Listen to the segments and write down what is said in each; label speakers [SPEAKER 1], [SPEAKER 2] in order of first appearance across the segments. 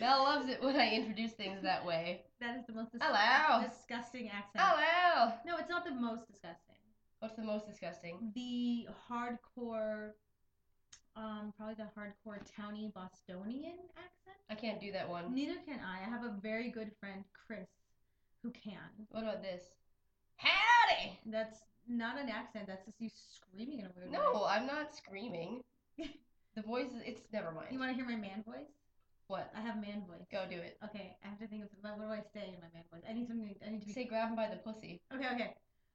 [SPEAKER 1] Belle loves it when I introduce things that way.
[SPEAKER 2] That is the most dis-
[SPEAKER 1] Hello. Oh,
[SPEAKER 2] disgusting accent.
[SPEAKER 1] Hello.
[SPEAKER 2] No, it's not the most disgusting.
[SPEAKER 1] What's the most disgusting?
[SPEAKER 2] The hardcore, um, probably the hardcore towny Bostonian accent.
[SPEAKER 1] I can't do that one.
[SPEAKER 2] Neither can I. I have a very good friend, Chris, who can.
[SPEAKER 1] What about this? Howdy.
[SPEAKER 2] That's not an accent. That's just you screaming in a weird way.
[SPEAKER 1] No, I'm not screaming. The voice is, it's never mind.
[SPEAKER 2] You want to hear my man voice?
[SPEAKER 1] what?
[SPEAKER 2] I have man voice.
[SPEAKER 1] Go do it.
[SPEAKER 2] Okay, I have to think of what do I say in my man voice. I need something. I need to be.
[SPEAKER 1] Say grab him by the pussy.
[SPEAKER 2] Okay, okay.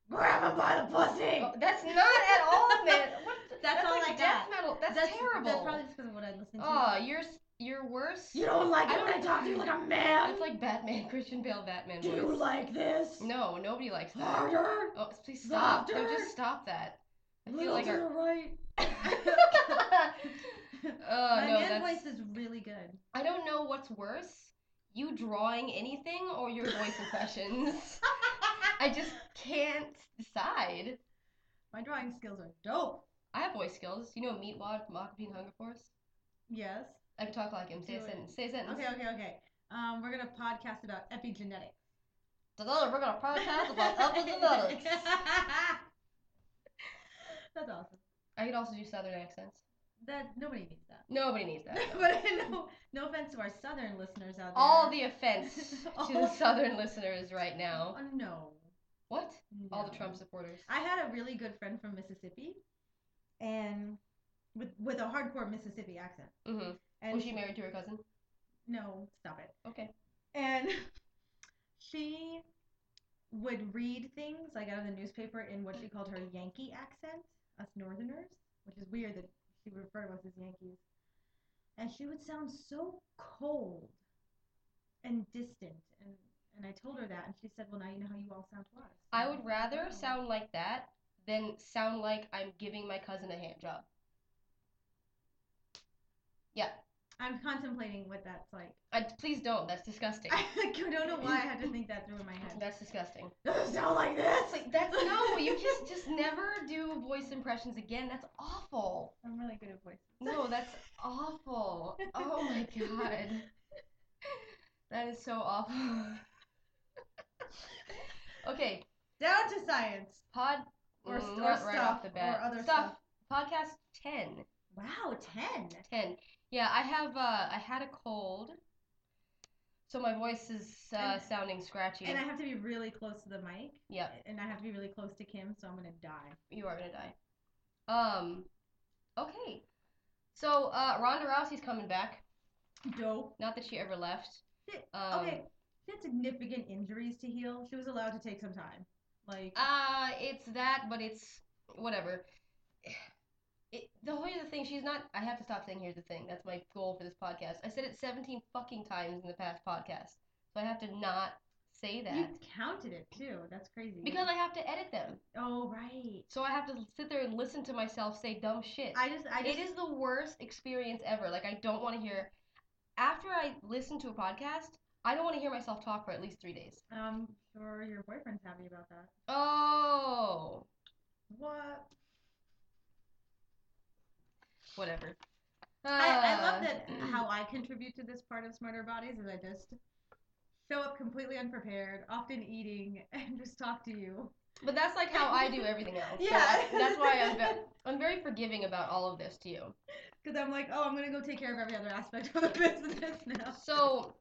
[SPEAKER 2] Grab him by the pussy.
[SPEAKER 1] Oh, that's not at all, man. What the,
[SPEAKER 2] That's all
[SPEAKER 1] like
[SPEAKER 2] I
[SPEAKER 1] death
[SPEAKER 2] got.
[SPEAKER 1] metal. That's, terrible.
[SPEAKER 2] That's probably just because of what I listen to.
[SPEAKER 1] Oh, you're s- you're worse.
[SPEAKER 2] don't like
[SPEAKER 1] it when I
[SPEAKER 2] talk to you like a man.
[SPEAKER 1] It's like Batman, Christian Bale, Batman voice.
[SPEAKER 2] like this?
[SPEAKER 1] no, nobody likes that. Oh, s- please stop.
[SPEAKER 2] Softer.
[SPEAKER 1] No, just stop that. I feel like our.
[SPEAKER 2] right.
[SPEAKER 1] oh
[SPEAKER 2] my
[SPEAKER 1] no,
[SPEAKER 2] man
[SPEAKER 1] that's.
[SPEAKER 2] voice is really good.
[SPEAKER 1] I don't know what's worse, you drawing anything or your voice impressions. I just can't decide.
[SPEAKER 2] My drawing skills are dope.
[SPEAKER 1] I have voice skills. You know Meatwad from Aquapine Hunger Force?
[SPEAKER 2] Yes.
[SPEAKER 1] I can talk like him. Say
[SPEAKER 2] Do
[SPEAKER 1] a
[SPEAKER 2] it.
[SPEAKER 1] sentence. Say a sentence.
[SPEAKER 2] Okay, okay, okay. Um, we're gonna podcast about epigenetics.
[SPEAKER 1] Together we're gonna podcast about epigenetics.
[SPEAKER 2] That's awesome.
[SPEAKER 1] I could also do southern accents.
[SPEAKER 2] That nobody needs that.
[SPEAKER 1] Nobody needs that. no.
[SPEAKER 2] but I know, no offense to our southern listeners out there.
[SPEAKER 1] All the offense to
[SPEAKER 2] All-
[SPEAKER 1] the southern listeners right now.
[SPEAKER 2] Oh, no.
[SPEAKER 1] What? All the
[SPEAKER 2] No.
[SPEAKER 1] Trump supporters.
[SPEAKER 2] I had a really good friend from Mississippi, and with with a hardcore Mississippi accent.
[SPEAKER 1] Mm-hmm.
[SPEAKER 2] And
[SPEAKER 1] Was she married to her cousin?
[SPEAKER 2] No, stop it.
[SPEAKER 1] Okay.
[SPEAKER 2] And she would read things like out of the newspaper in what she called her Yankee accent, us Northerners, which is weird that she referred to us as Yankees. And she would sound so cold and distant. And, and I told her that, and she said, Well, now you know how you all sound to us. Oh. And
[SPEAKER 1] I would
[SPEAKER 2] was like,
[SPEAKER 1] rather
[SPEAKER 2] "Wow."
[SPEAKER 1] sound like that than sound like I'm giving my cousin a hand job.
[SPEAKER 2] I'm contemplating what that's like.
[SPEAKER 1] I, please don't. That's disgusting.
[SPEAKER 2] I don't know why I had to think that through in my head.
[SPEAKER 1] That's disgusting.
[SPEAKER 2] Doesn't sound like this.
[SPEAKER 1] It's like that's no. You just just never do voice impressions again. That's awful.
[SPEAKER 2] I'm really good at voices.
[SPEAKER 1] No, that's awful. Oh my god. That is so awful. okay,
[SPEAKER 2] Down to science.
[SPEAKER 1] pod
[SPEAKER 2] Or,
[SPEAKER 1] mm,
[SPEAKER 2] or
[SPEAKER 1] not
[SPEAKER 2] stuff.
[SPEAKER 1] right off the bat.
[SPEAKER 2] Or other
[SPEAKER 1] stuff. Podcast 10.
[SPEAKER 2] Wow, ten.
[SPEAKER 1] 10. Yeah, I have uh I had a cold. So my voice is uh,
[SPEAKER 2] And-
[SPEAKER 1] sounding scratchy.
[SPEAKER 2] And I have to be really close to the mic.
[SPEAKER 1] Yep.
[SPEAKER 2] And I have to be really close to Kim, so I'm gonna die.
[SPEAKER 1] you are gonna die. Um, okay. So uh, Ronda Rousey's coming back.
[SPEAKER 2] Dope.
[SPEAKER 1] Not that she ever left.
[SPEAKER 2] Yeah,
[SPEAKER 1] Um,
[SPEAKER 2] okay. She had significant injuries to heal. She was allowed to take some time. Like
[SPEAKER 1] Uh, it's that, but it's whatever. It, the whole the thing, she's not. I have to stop saying here's the thing. That's my goal for this podcast. I said it 17 fucking times in the past podcast, so I have to not say
[SPEAKER 2] you
[SPEAKER 1] that
[SPEAKER 2] counted it too. That's crazy.
[SPEAKER 1] because I have to edit them.
[SPEAKER 2] oh right.
[SPEAKER 1] So I have to sit there and listen to myself say dumb shit.
[SPEAKER 2] I just I just
[SPEAKER 1] It is the worst experience ever. Like I don't want to hear. After I listen to a podcast, I don't want to hear myself talk for at least three days.
[SPEAKER 2] um sure your boyfriend's happy about that.
[SPEAKER 1] Oh,
[SPEAKER 2] What?
[SPEAKER 1] whatever.
[SPEAKER 2] I, I
[SPEAKER 1] Uh,
[SPEAKER 2] love that how I contribute to this part of Smarter Bodies is I just show up completely unprepared, often eating, and just talk to you.
[SPEAKER 1] But that's like how I do everything else. Yeah.
[SPEAKER 2] Yeah.
[SPEAKER 1] that's why I'm ve- I'm very forgiving about all of this to you.
[SPEAKER 2] Because I'm like, oh, I'm going to go take care of every other aspect of the business now.
[SPEAKER 1] So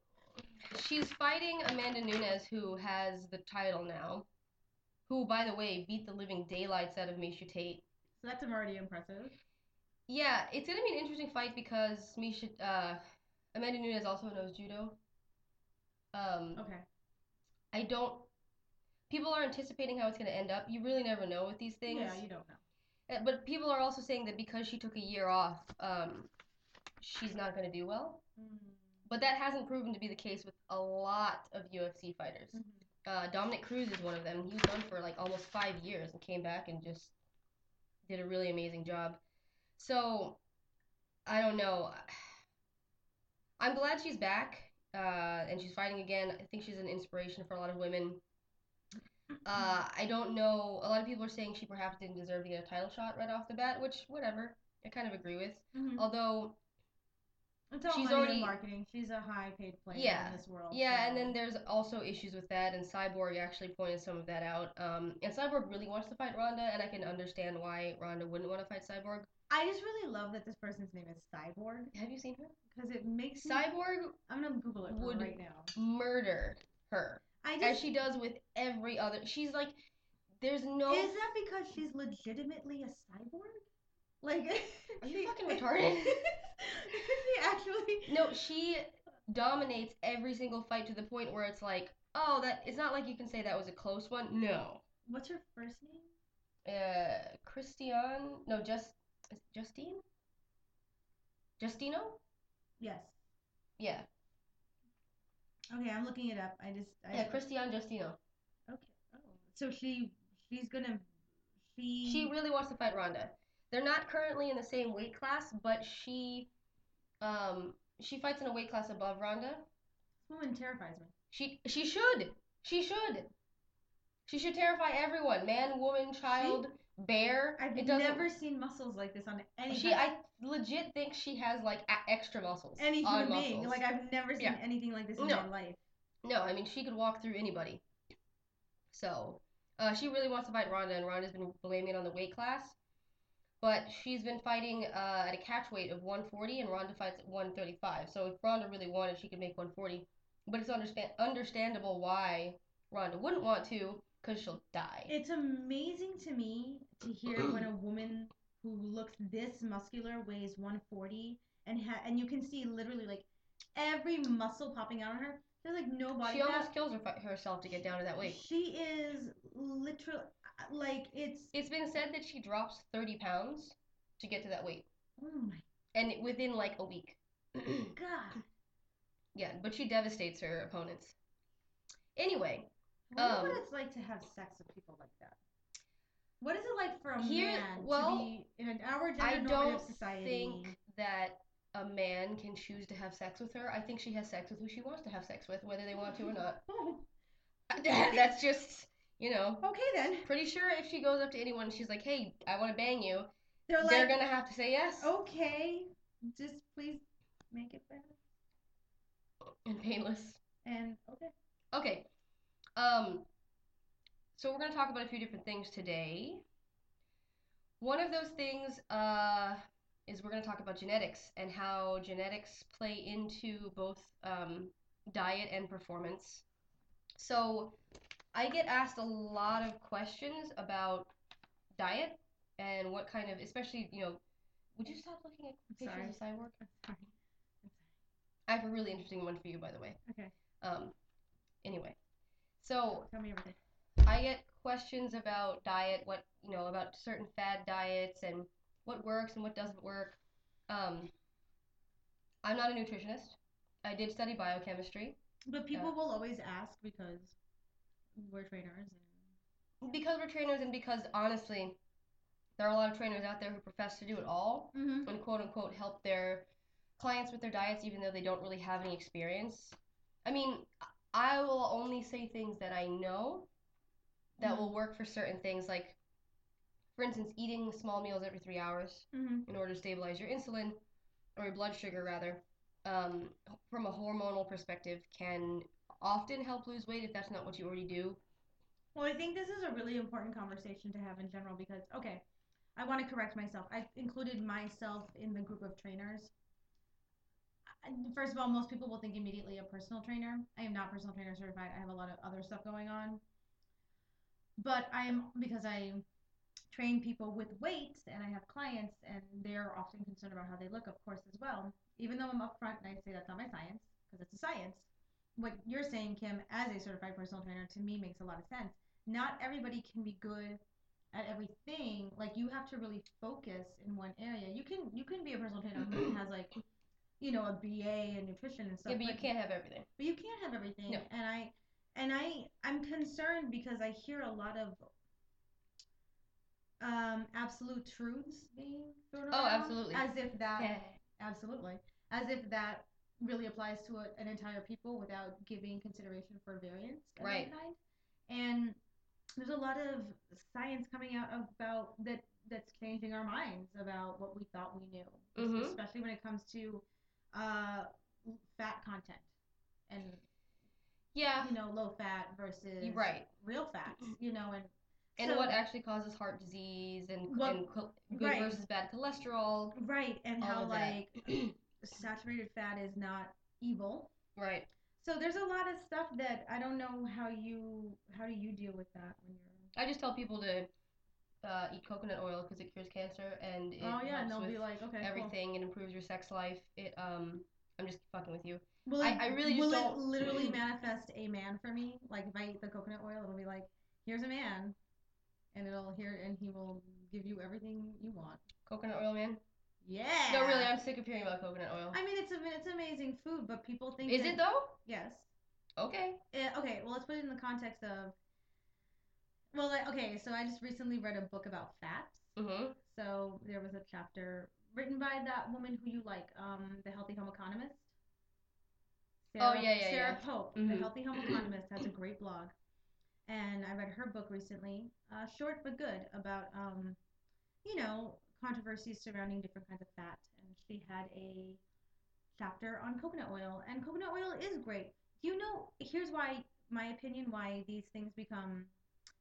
[SPEAKER 1] she's fighting Amanda Nunes, who has the title now. Who, by the way, beat the living daylights out of Misha Tate.
[SPEAKER 2] So that's already impressive.
[SPEAKER 1] Yeah, it's gonna be an interesting fight because Misha, uh, Amanda Nunes also knows judo. Um,
[SPEAKER 2] Okay.
[SPEAKER 1] I don't. People are anticipating how it's gonna end up. You really never know with these things.
[SPEAKER 2] Yeah, you don't know.
[SPEAKER 1] Uh, But people are also saying that because she took a year off, um, she's not gonna do well. But that hasn't proven to be the case with a lot of UFC fighters.
[SPEAKER 2] Mm-hmm.
[SPEAKER 1] Uh, Dominic Cruz is one of them. He was gone for like almost five years and came back and just did a really amazing job. So I don't know. I'm glad she's back uh, and she's fighting again. I think she's an inspiration for a lot of women. Uh, I don't know. A lot of people are saying she perhaps didn't deserve to get a title shot right off the bat, which whatever. I kind of agree with.
[SPEAKER 2] Mhm.
[SPEAKER 1] Although
[SPEAKER 2] Mm-hmm. It's all
[SPEAKER 1] She's
[SPEAKER 2] money
[SPEAKER 1] already-
[SPEAKER 2] and marketing. She's a high paid player
[SPEAKER 1] Yeah.
[SPEAKER 2] in this world.
[SPEAKER 1] Yeah, and
[SPEAKER 2] so-
[SPEAKER 1] then there's also issues with that, and Cyborg actually pointed some of that out. Um, and Cyborg really wants to fight Rhonda, and I can understand why Rhonda wouldn't want to fight Cyborg.
[SPEAKER 2] I just really love that this person's name is Cyborg
[SPEAKER 1] Have you seen her?
[SPEAKER 2] because it makes me-
[SPEAKER 1] Mm-hmm. Cyborg
[SPEAKER 2] I'm gonna Google it for
[SPEAKER 1] would-
[SPEAKER 2] right now.
[SPEAKER 1] murder her,
[SPEAKER 2] I
[SPEAKER 1] as
[SPEAKER 2] just
[SPEAKER 1] she does with every other. She's like, there's no.
[SPEAKER 2] is that because she's legitimately a cyborg? Like,
[SPEAKER 1] Are
[SPEAKER 2] she-
[SPEAKER 1] you fucking retarded?
[SPEAKER 2] she actually
[SPEAKER 1] No, she dominates every single fight to the point where it's like, oh, that it's not like you can say that was a close one. No.
[SPEAKER 2] What's her first name?
[SPEAKER 1] Uh, Christian, no, just is it Justine? Justino?
[SPEAKER 2] Yes.
[SPEAKER 1] Yeah.
[SPEAKER 2] Okay, I'm looking it up. I just I,
[SPEAKER 1] Yeah, Christian Justino.
[SPEAKER 2] Okay. Oh. So she she's gonna she
[SPEAKER 1] She really wants to fight Ronda. They're not currently in the same weight class, but she um she fights in a weight class above Ronda.
[SPEAKER 2] this woman terrifies me.
[SPEAKER 1] She she should. She should. She should terrify everyone, man, woman, child, bear.
[SPEAKER 2] I've
[SPEAKER 1] it doesn't
[SPEAKER 2] never seen muscles like this on any
[SPEAKER 1] She, I legit think she has like a- extra muscles.
[SPEAKER 2] any
[SPEAKER 1] on
[SPEAKER 2] human being.
[SPEAKER 1] muscles.
[SPEAKER 2] Like I've never seen
[SPEAKER 1] Yeah.
[SPEAKER 2] anything like this in
[SPEAKER 1] No.
[SPEAKER 2] my life.
[SPEAKER 1] no, I mean she could walk through anybody. So, uh, she really wants to fight Ronda, and Ronda's been blaming it on the weight class. But she's been fighting uh, at a catch weight of 140, and Ronda fights at 135. So if Ronda really wanted, she could make 140. But it's understand understandable why Ronda wouldn't want to, cause she'll die.
[SPEAKER 2] It's amazing to me to hear when a woman who looks this muscular weighs 140 and ha- and you can see literally like every muscle popping out on her. There's like no body
[SPEAKER 1] She
[SPEAKER 2] fat.
[SPEAKER 1] almost kills her, herself to get down to that weight.
[SPEAKER 2] She is literal like it's
[SPEAKER 1] It's been said that she drops 30 pounds to get to that weight.
[SPEAKER 2] oh my
[SPEAKER 1] and it- within like a week.
[SPEAKER 2] god.
[SPEAKER 1] yeah, but she devastates her opponents. Anyway,
[SPEAKER 2] I wonder
[SPEAKER 1] Um,
[SPEAKER 2] what it's like to have sex with people like that. What is it like for a
[SPEAKER 1] Here-
[SPEAKER 2] man
[SPEAKER 1] well,
[SPEAKER 2] to be in an our
[SPEAKER 1] I
[SPEAKER 2] gender
[SPEAKER 1] don't
[SPEAKER 2] society?
[SPEAKER 1] think that a man can choose to have sex with her. I think she has sex with who she wants to have sex with, whether they want to or not.
[SPEAKER 2] Oh,
[SPEAKER 1] That's just, you know,
[SPEAKER 2] okay then.
[SPEAKER 1] pretty sure if she goes up to anyone and she's like, "Hey, I want to bang you,"
[SPEAKER 2] They're like Oh.
[SPEAKER 1] they're gonna have to say yes
[SPEAKER 2] okay, just please make it better.
[SPEAKER 1] and painless.
[SPEAKER 2] And okay.
[SPEAKER 1] Okay. Um, so we're going to talk about a few different things today. One of those things uh, is we're going to talk about genetics and how genetics play into both um, diet and performance. So I get asked a lot of questions about diet and what kind of, especially, you know, would you stop looking at
[SPEAKER 2] I'm
[SPEAKER 1] pictures of Cyborg?
[SPEAKER 2] Sorry.
[SPEAKER 1] I have a really interesting one for you, by the way.
[SPEAKER 2] Okay.
[SPEAKER 1] Um, anyway, so
[SPEAKER 2] Tell me everything.
[SPEAKER 1] I get questions about diet, what, you know, about certain fad diets and what works and what doesn't work. Um, I'm not a nutritionist. I did study biochemistry
[SPEAKER 2] But people will always ask because we're trainers.
[SPEAKER 1] because we're trainers and because honestly, there are a lot of trainers out there who profess to do it all
[SPEAKER 2] And... Mm-hmm.
[SPEAKER 1] and quote unquote help their clients with their diets even though they don't really have any experience. I mean, I will only say things that I know that will work for certain things like for instance eating small meals every three hours
[SPEAKER 2] Mm-hmm.
[SPEAKER 1] in order to stabilize your insulin or your blood sugar rather um, from a hormonal perspective can often help lose weight if that's not what you already do
[SPEAKER 2] Well, I think this is a really important conversation to have in general because, okay, I want to correct myself. I've included myself in the group of trainers. I- First of all, most people will think immediately a personal trainer. I am not personal trainer certified. I have a lot of other stuff going on. But I'm, because I train people with weights and I have clients and they're often concerned about how they look, of course, as well. Even though I'm upfront and I say that's not my science because it's a science. What you're saying, Kim, as a certified personal trainer, to me makes a lot of sense not everybody can be good at everything. Like you have to really focus in one area. You can you can be a personal trainer who has like you know a BA in nutrition and stuff.
[SPEAKER 1] yeah but you can't have everything
[SPEAKER 2] But you can't have everything.
[SPEAKER 1] No.
[SPEAKER 2] And I and I I'm concerned because I hear a lot of um absolute truths being thrown around.
[SPEAKER 1] Oh, absolutely.
[SPEAKER 2] As if that
[SPEAKER 1] yeah
[SPEAKER 2] absolutely as if that really applies to a, an entire people without giving consideration for variance of any
[SPEAKER 1] Right.
[SPEAKER 2] kind. And there's a lot of science coming out about that that's changing our minds about what we thought we knew,
[SPEAKER 1] Mhm.
[SPEAKER 2] especially when it comes to uh, fat content and
[SPEAKER 1] Yeah,
[SPEAKER 2] you know low fat versus
[SPEAKER 1] you're right. Mm-hmm.
[SPEAKER 2] real fats. You know, and
[SPEAKER 1] And
[SPEAKER 2] so-
[SPEAKER 1] what actually causes heart disease and,
[SPEAKER 2] What-
[SPEAKER 1] and cho- good
[SPEAKER 2] right.
[SPEAKER 1] versus bad cholesterol.
[SPEAKER 2] right and
[SPEAKER 1] e- All
[SPEAKER 2] how
[SPEAKER 1] of that.
[SPEAKER 2] like saturated fat is not evil.
[SPEAKER 1] Right.
[SPEAKER 2] So there's a lot of stuff that I don't know how you how do you deal with that when you're
[SPEAKER 1] I just tell people to uh, eat coconut oil because it cures cancer and it
[SPEAKER 2] oh yeah and
[SPEAKER 1] helps
[SPEAKER 2] they'll
[SPEAKER 1] with
[SPEAKER 2] be like okay cool.
[SPEAKER 1] everything and improves your sex life. It um, I'm just fucking with you.
[SPEAKER 2] Will
[SPEAKER 1] I-
[SPEAKER 2] it,
[SPEAKER 1] I really just
[SPEAKER 2] will it
[SPEAKER 1] don't-
[SPEAKER 2] literally manifest a man for me? Like if I eat the coconut oil, it'll be like, here's a man, and it'll here and he will give you everything you want.
[SPEAKER 1] Coconut oil, man.
[SPEAKER 2] Yeah.
[SPEAKER 1] No, really, I'm sick of hearing about coconut oil.
[SPEAKER 2] I mean, it's a, it's amazing food, but people think.
[SPEAKER 1] Is
[SPEAKER 2] that-
[SPEAKER 1] it though?
[SPEAKER 2] Yes.
[SPEAKER 1] Okay.
[SPEAKER 2] Eh, okay. Well, let's put it in the context of. Well, like, okay. So I just recently read a book about fats.
[SPEAKER 1] Mm-hmm.
[SPEAKER 2] So there was a chapter written by that woman who you like, um, the healthy home economist.
[SPEAKER 1] Oh,
[SPEAKER 2] Sarah,
[SPEAKER 1] yeah, yeah,
[SPEAKER 2] Sarah
[SPEAKER 1] yeah.
[SPEAKER 2] Pope, the
[SPEAKER 1] Mhm.
[SPEAKER 2] healthy home economist, has a great blog, and I read her book recently, uh, short but good, about um, you know, controversies surrounding different kinds of fat, and she had a chapter on coconut oil, and coconut oil is great. You know, here's why my opinion why these things become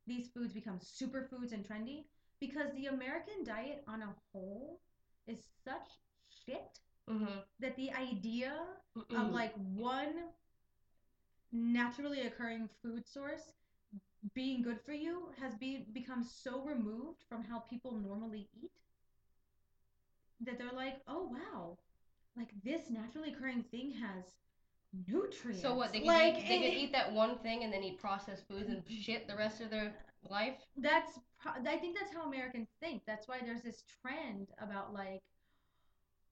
[SPEAKER 2] these foods become superfoods and trendy because the American diet on a whole is such shit
[SPEAKER 1] Mm-hmm.
[SPEAKER 2] that the idea
[SPEAKER 1] Mm.
[SPEAKER 2] of like one naturally occurring food source being good for you has be, become so removed from how people normally eat that they're like, oh wow, like this naturally occurring thing has nutrients.
[SPEAKER 1] so what? They could,
[SPEAKER 2] like, eh,
[SPEAKER 1] eat, they
[SPEAKER 2] it-
[SPEAKER 1] could eat that one thing and then eat processed foods and shit the rest of their life.
[SPEAKER 2] that's pro- I think that's how Americans think. That's why there's this trend about like,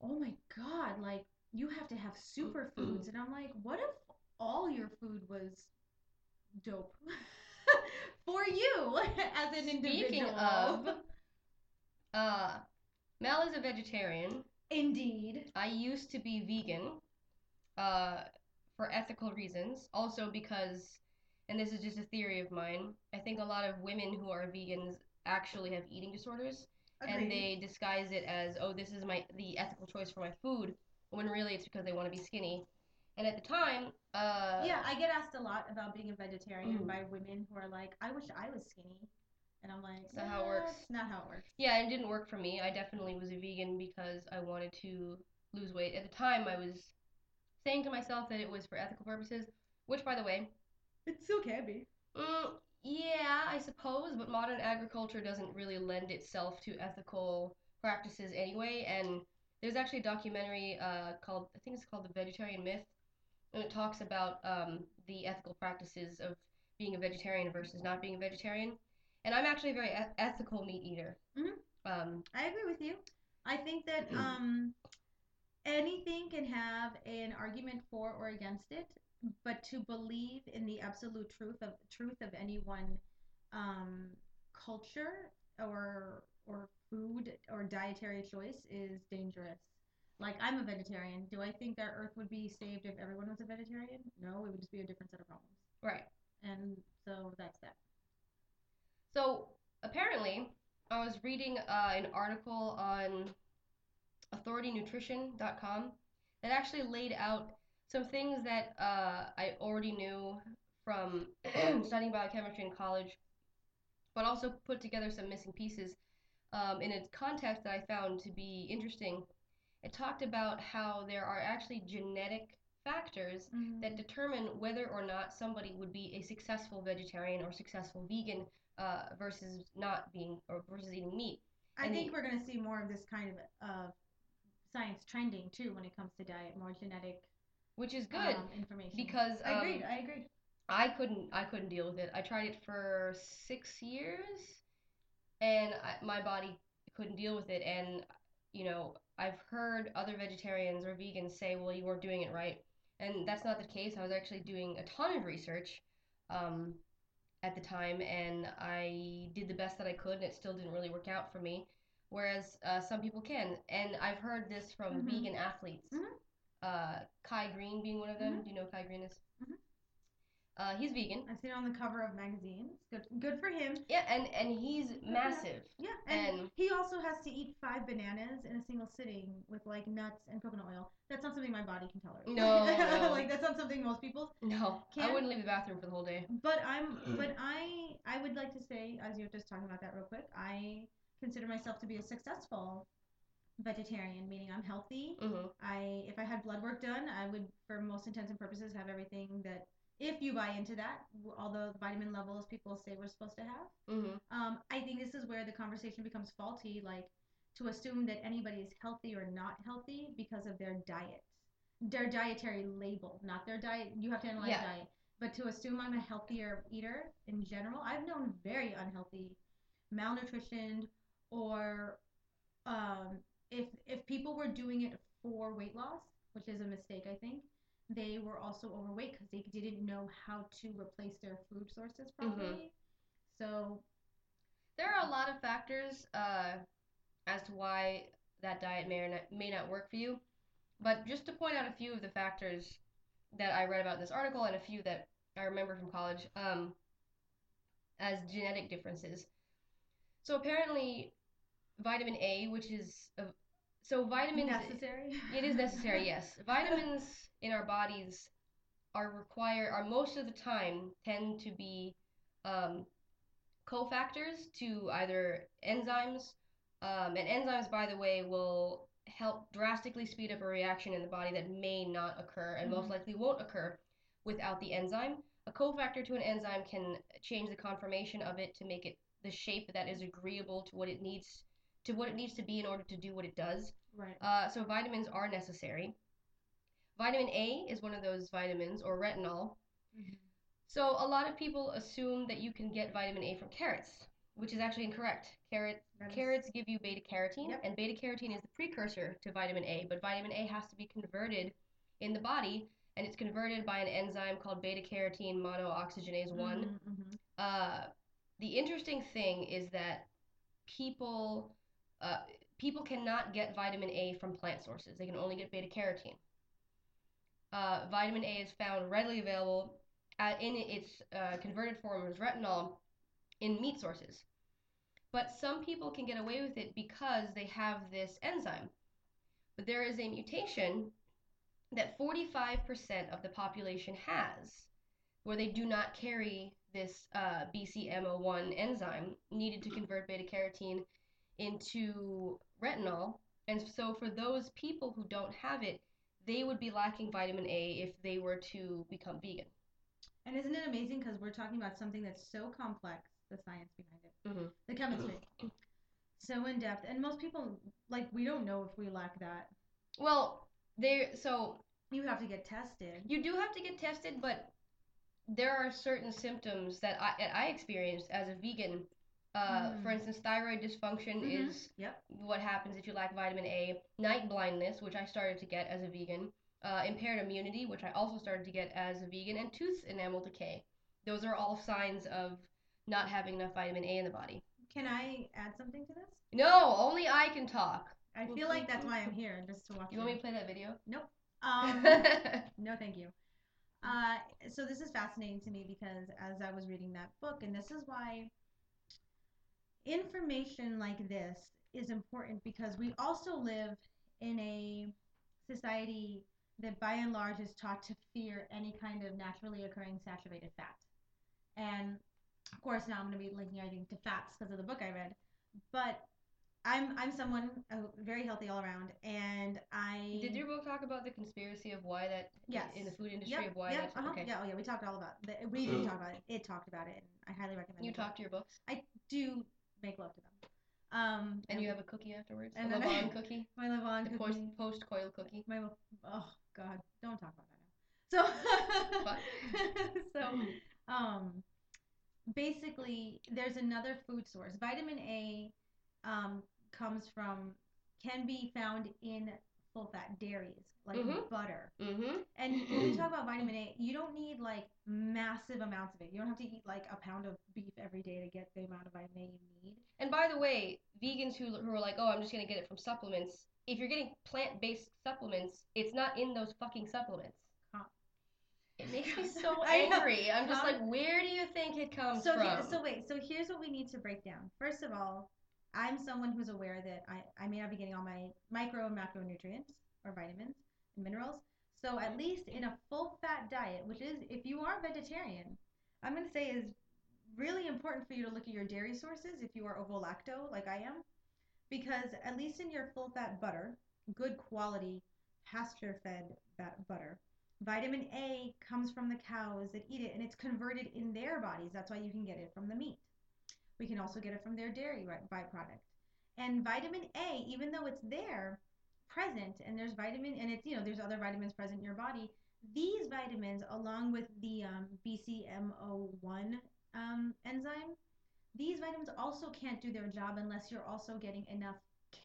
[SPEAKER 2] oh my god, like you have to have superfoods, and I'm like, what if all your food was dope for you as an individual?
[SPEAKER 1] Speaking of, uh, Mel is a vegetarian.
[SPEAKER 2] indeed,
[SPEAKER 1] I used to be vegan, uh, for ethical reasons. Also because, and this is just a theory of mine, I think a lot of women who are vegans actually have eating disorders, and they disguise it as, oh, this is my the ethical choice for my food, when really it's because they want to be skinny. And at the time, uh,
[SPEAKER 2] yeah, I get asked a lot about being a vegetarian
[SPEAKER 1] Mm.
[SPEAKER 2] by women who are like, I wish I was skinny, and I'm like,
[SPEAKER 1] Is that how it
[SPEAKER 2] "Nah,
[SPEAKER 1] works?"
[SPEAKER 2] it's Not how it works.
[SPEAKER 1] Yeah, it didn't work for me. I definitely was a vegan because I wanted to lose weight. At the time, I was saying to myself that it was for ethical purposes, which, by the way,
[SPEAKER 2] It still can be.
[SPEAKER 1] mm, yeah, I suppose, but modern agriculture doesn't really lend itself to ethical practices anyway. And there's actually a documentary uh, called, I think it's called The Vegetarian Myth, and it talks about um, the ethical practices of being a vegetarian versus not being a vegetarian. And I'm actually a very eth- ethical meat eater.
[SPEAKER 2] Mhm.
[SPEAKER 1] Um,
[SPEAKER 2] I agree with you. I think that um, anything can have an argument for or against it, but to believe in the absolute truth of truth of any one um, culture or or food or dietary choice is dangerous. Like I'm a vegetarian. Do I think our Earth would be saved if everyone was a vegetarian? No, it would just be a different set of problems.
[SPEAKER 1] right.
[SPEAKER 2] And so that's that.
[SPEAKER 1] So apparently, I was reading uh, an article on authoritynutrition.com that actually laid out some things that uh, I already knew from studying biochemistry in college, but also put together some missing pieces um, in a context that I found to be interesting. It talked about how there are actually genetic factors that determine whether or not somebody would be a successful vegetarian or successful vegan uh, versus not being or versus eating meat.
[SPEAKER 2] I
[SPEAKER 1] and
[SPEAKER 2] think
[SPEAKER 1] the-
[SPEAKER 2] we're going to see more of this kind of uh, science trending too when it comes to diet, more genetic
[SPEAKER 1] Which is good
[SPEAKER 2] um, information.
[SPEAKER 1] because
[SPEAKER 2] I
[SPEAKER 1] um,
[SPEAKER 2] agreed, I agreed.
[SPEAKER 1] I couldn't I couldn't deal with it. I tried it for six years, and I, my body couldn't deal with it. And you know I've heard other vegetarians or vegans say, "Well, you weren't doing it right," and that's not the case. I was actually doing a ton of research um, at the time, and I did the best that I could, and it still didn't really work out for me. Whereas uh, some people can, and I've heard this from
[SPEAKER 2] Mhm.
[SPEAKER 1] vegan athletes.
[SPEAKER 2] Mhm.
[SPEAKER 1] Uh, Kai Green being one of them. Do you know who Kai Green is? Uh, he's vegan.
[SPEAKER 2] I've seen it on the cover of magazines. Good, good for him.
[SPEAKER 1] Yeah, and and he's massive.
[SPEAKER 2] Yeah, and,
[SPEAKER 1] And-
[SPEAKER 2] he also has to eat five bananas in a single sitting with like nuts and coconut oil. That's not something my body can tolerate.
[SPEAKER 1] No, no.
[SPEAKER 2] like that's not something most people's.
[SPEAKER 1] No, I
[SPEAKER 2] Can-
[SPEAKER 1] wouldn't leave the bathroom for the whole day.
[SPEAKER 2] But I'm, but I, I would like to say, as you were just talking about that real quick, I consider myself to be a successful vegetarian, meaning I'm healthy.
[SPEAKER 1] hmm
[SPEAKER 2] I, if I had blood work done, I would, for most intents and purposes, have everything that, if you buy into that, w- all the vitamin levels people say we're supposed to have.
[SPEAKER 1] hmm
[SPEAKER 2] Um, I think this is where the conversation becomes faulty, like to assume that anybody is healthy or not healthy because of their diet, their dietary label, not their diet. You have to analyze
[SPEAKER 1] Yeah.
[SPEAKER 2] diet, but to assume I'm a healthier eater in general, I've known very unhealthy, malnutritioned, or um, if if people were doing it for weight loss, which is a mistake, I think. They were also overweight because they didn't know how to replace their food sources
[SPEAKER 1] Mhm.
[SPEAKER 2] properly. So
[SPEAKER 1] There are a lot of factors uh, as to why that diet may or not, may not work for you, but just to point out a few of the factors that I read about in this article and a few that I remember from college um, as genetic differences. So apparently, vitamin A, which is a, so vitamins,
[SPEAKER 2] necessary.
[SPEAKER 1] it is necessary. Yes, vitamins in our bodies are require are most of the time tend to be um, cofactors to either enzymes, um, and enzymes, by the way, will help drastically speed up a reaction in the body that may not occur and most
[SPEAKER 2] Mhm.
[SPEAKER 1] likely won't occur without the enzyme. A cofactor to an enzyme can change the conformation of it to make it the shape that is agreeable to what it needs to what it needs to be in order to do what it does.
[SPEAKER 2] Right.
[SPEAKER 1] Uh, so vitamins are necessary. Vitamin A is one of those vitamins, or retinol.
[SPEAKER 2] Mm-hmm.
[SPEAKER 1] So a lot of people assume that you can get vitamin A from carrots, which is actually incorrect. Carrot
[SPEAKER 2] That is-
[SPEAKER 1] carrots give you beta carotene,
[SPEAKER 2] Yep.
[SPEAKER 1] and beta carotene is the precursor to vitamin A. But vitamin A has to be converted in the body, and it's converted by an enzyme called beta carotene monooxygenase one.
[SPEAKER 2] Mhm, mhm.
[SPEAKER 1] Uh, the interesting thing is that people uh, people cannot get vitamin A from plant sources. They can only get beta carotene. Uh, vitamin A is found readily available at, in its uh, converted form as retinol in meat sources. But some people can get away with it because they have this enzyme. But there is a mutation that 45% of the population has where they do not carry this uh, BCMO1 enzyme needed to convert beta carotene into retinol. And so, for those people who don't have it, they would be lacking vitamin A if they were to become vegan.
[SPEAKER 2] And isn't it amazing because we're talking about something that's so complex, the science behind it,
[SPEAKER 1] Mhm.
[SPEAKER 2] the chemistry, so in depth, and most people like we don't know if we lack that.
[SPEAKER 1] Well, there. So
[SPEAKER 2] You have to get tested.
[SPEAKER 1] you do have to get tested, but there are certain symptoms that I, that I experienced as a vegan. Uh, For
[SPEAKER 2] Mm.
[SPEAKER 1] instance, thyroid dysfunction
[SPEAKER 2] Mhm.
[SPEAKER 1] is
[SPEAKER 2] Yep.
[SPEAKER 1] what happens if you lack vitamin A, night blindness, which I started to get as a vegan, uh, impaired immunity, which I also started to get as a vegan, and tooth enamel decay. Those are all signs of not having enough vitamin A in the body.
[SPEAKER 2] Can I add something to this?
[SPEAKER 1] No, only I can talk.
[SPEAKER 2] I feel like that's why I'm here, just to watch.
[SPEAKER 1] You want me to play that video?
[SPEAKER 2] Um, No, thank you. Uh, so this is fascinating to me because as I was reading that book, and this is why information like this is important because we also live in a society that by and large is taught to fear any kind of naturally occurring saturated fat. And of course, now I'm going to be linking everything to fats because of the book I read. But I'm I'm someone uh, very healthy all around, and I
[SPEAKER 1] Did your book talk about the conspiracy of why that
[SPEAKER 2] Yes.
[SPEAKER 1] in the food industry of why
[SPEAKER 2] yep,
[SPEAKER 1] that?
[SPEAKER 2] uh-huh,
[SPEAKER 1] okay.
[SPEAKER 2] Yeah, oh yeah, we talked all about the, we didn't talk about it. It talked about it. And I highly recommend
[SPEAKER 1] You
[SPEAKER 2] the book.
[SPEAKER 1] talk to your books,
[SPEAKER 2] do make love to them. Um
[SPEAKER 1] and you have a cookie afterwards, a
[SPEAKER 2] and then-
[SPEAKER 1] Laban cookie,
[SPEAKER 2] my Levon
[SPEAKER 1] the post
[SPEAKER 2] cooking-
[SPEAKER 1] post coil cookie.
[SPEAKER 2] my Lev- oh god, don't talk about that now. So so um basically there's another food source. Vitamin A um comes from can be found in full fat dairies like
[SPEAKER 1] Mhm.
[SPEAKER 2] butter.
[SPEAKER 1] Mm-hmm.
[SPEAKER 2] And when you talk about vitamin A, you don't need like massive amounts of it. You don't have to eat like a pound of beef every day to get the amount of vitamin A you need.
[SPEAKER 1] And by the way, vegans who, who are like, oh, I'm just going to get it from supplements, if you're getting plant based supplements, it's not in those fucking supplements.
[SPEAKER 2] Huh.
[SPEAKER 1] It makes me so
[SPEAKER 2] I know.
[SPEAKER 1] angry. I'm just
[SPEAKER 2] Huh?
[SPEAKER 1] like, where do you think it comes
[SPEAKER 2] so
[SPEAKER 1] from?
[SPEAKER 2] he- so wait so here's what we need to break down first of all i'm someone who's aware that i i may not be getting all my micro and macronutrients or vitamins and minerals so at least in a full fat diet which is if you are vegetarian i'm going to say is really important for you to look at your dairy sources if you are ovolacto like i am because at least in your full fat butter good quality pasture fed butter Vitamin A comes from the cows that eat it and it's converted in their bodies. That's why you can get it from the meat. We can also get it from their dairy ri- byproduct. And vitamin A, even though it's there, present, and there's vitamin, and it's, you know, there's other vitamins present in your body, these vitamins, along with the um, BCMO1 um, enzyme, these vitamins also can't do their job unless you're also getting enough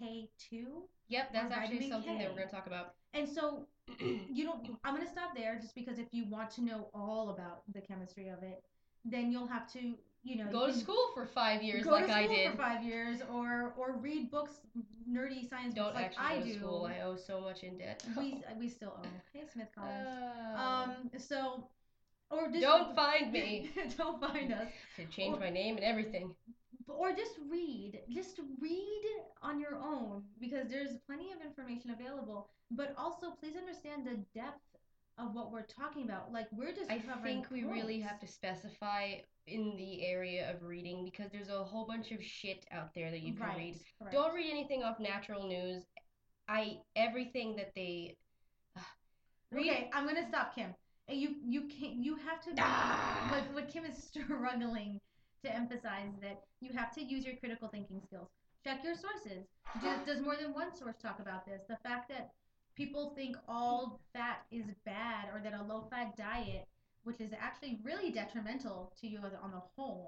[SPEAKER 2] K2
[SPEAKER 1] yep, that's
[SPEAKER 2] or
[SPEAKER 1] actually
[SPEAKER 2] vitamin
[SPEAKER 1] something that
[SPEAKER 2] K.
[SPEAKER 1] we're gonna talk about.
[SPEAKER 2] and so you don't I'm gonna stop there just because if you want to know all about the chemistry of it, then you'll have to, you know,
[SPEAKER 1] Go
[SPEAKER 2] you
[SPEAKER 1] to
[SPEAKER 2] can
[SPEAKER 1] school for five years,
[SPEAKER 2] go
[SPEAKER 1] like
[SPEAKER 2] to
[SPEAKER 1] I
[SPEAKER 2] school
[SPEAKER 1] did.
[SPEAKER 2] for five years or or read books nerdy science
[SPEAKER 1] Don't
[SPEAKER 2] books like
[SPEAKER 1] actually
[SPEAKER 2] I
[SPEAKER 1] go to
[SPEAKER 2] do.
[SPEAKER 1] school. I owe so much in debt.
[SPEAKER 2] We we still owe. Hey Smith College.
[SPEAKER 1] Oh.
[SPEAKER 2] um so or just
[SPEAKER 1] don't find me.
[SPEAKER 2] don't find us.
[SPEAKER 1] Should change
[SPEAKER 2] Or-
[SPEAKER 1] my name and everything.
[SPEAKER 2] or just read just read on your own because there's plenty of information available but also please understand the depth of what we're talking about like we're just
[SPEAKER 1] I
[SPEAKER 2] covering
[SPEAKER 1] think we really
[SPEAKER 2] points.
[SPEAKER 1] have to specify in the area of reading because there's a whole bunch of shit out there that you can
[SPEAKER 2] Right,
[SPEAKER 1] read.
[SPEAKER 2] correct.
[SPEAKER 1] Don't read anything off natural news. I everything that they Ugh. read.
[SPEAKER 2] okay i'm gonna stop kim And you you can you have to
[SPEAKER 1] Ah!
[SPEAKER 2] what, what kim is struggling to emphasize that you have to use your critical thinking skills check your sources does, does more than one source talk about this the fact that people think all fat is bad or that a low fat diet which is actually really detrimental to you as- on the whole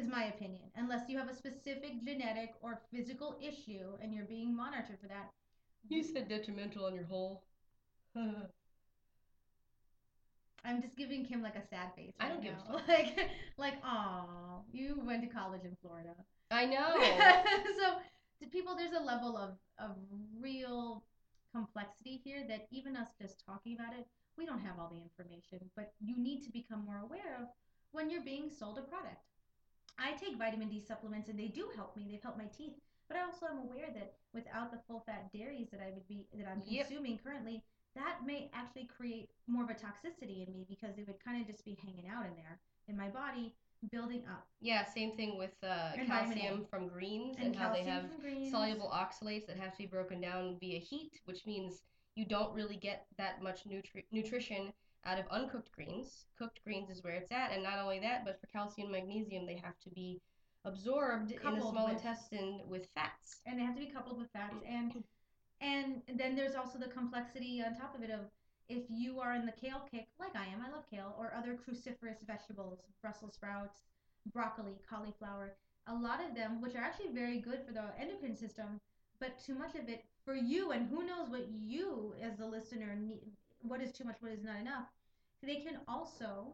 [SPEAKER 2] is my opinion unless you have a specific genetic or physical issue and you're being monitored for that
[SPEAKER 1] You said detrimental on your whole.
[SPEAKER 2] i'm just giving kim like a sad face
[SPEAKER 1] I
[SPEAKER 2] right
[SPEAKER 1] don't give a
[SPEAKER 2] now.
[SPEAKER 1] fuck.
[SPEAKER 2] like like oh you went to college in florida
[SPEAKER 1] I know.
[SPEAKER 2] so the people there's a level of, of real complexity here that even us just talking about it we don't have all the information but you need to become more aware of when you're being sold a product i take vitamin d supplements and they do help me they've helped my teeth but i also am aware that without the full fat dairies that i would be that i'm
[SPEAKER 1] Yep.
[SPEAKER 2] consuming currently that may actually create more of a toxicity in me because it would kind of just be hanging out in there in my body building up
[SPEAKER 1] yeah, same thing with uh,
[SPEAKER 2] And vitamin A.
[SPEAKER 1] calcium from greens and, how they
[SPEAKER 2] calcium
[SPEAKER 1] have
[SPEAKER 2] from greens.
[SPEAKER 1] soluble oxalates that have to be broken down via heat, which means you don't really get that much nutri- nutrition out of uncooked greens. Cooked greens is where it's at, and not only that, but for calcium and magnesium, they have to be absorbed in the
[SPEAKER 2] Coupled
[SPEAKER 1] small
[SPEAKER 2] with-
[SPEAKER 1] intestine with fats.
[SPEAKER 2] and they have to be coupled with fats and and then there's also the complexity on top of it of if you are in the kale kick like i am i love kale or other cruciferous vegetables brussels sprouts broccoli cauliflower a lot of them which are actually very good for the endocrine system but too much of it for you and who knows what you as the listener need what is too much what is not enough they can also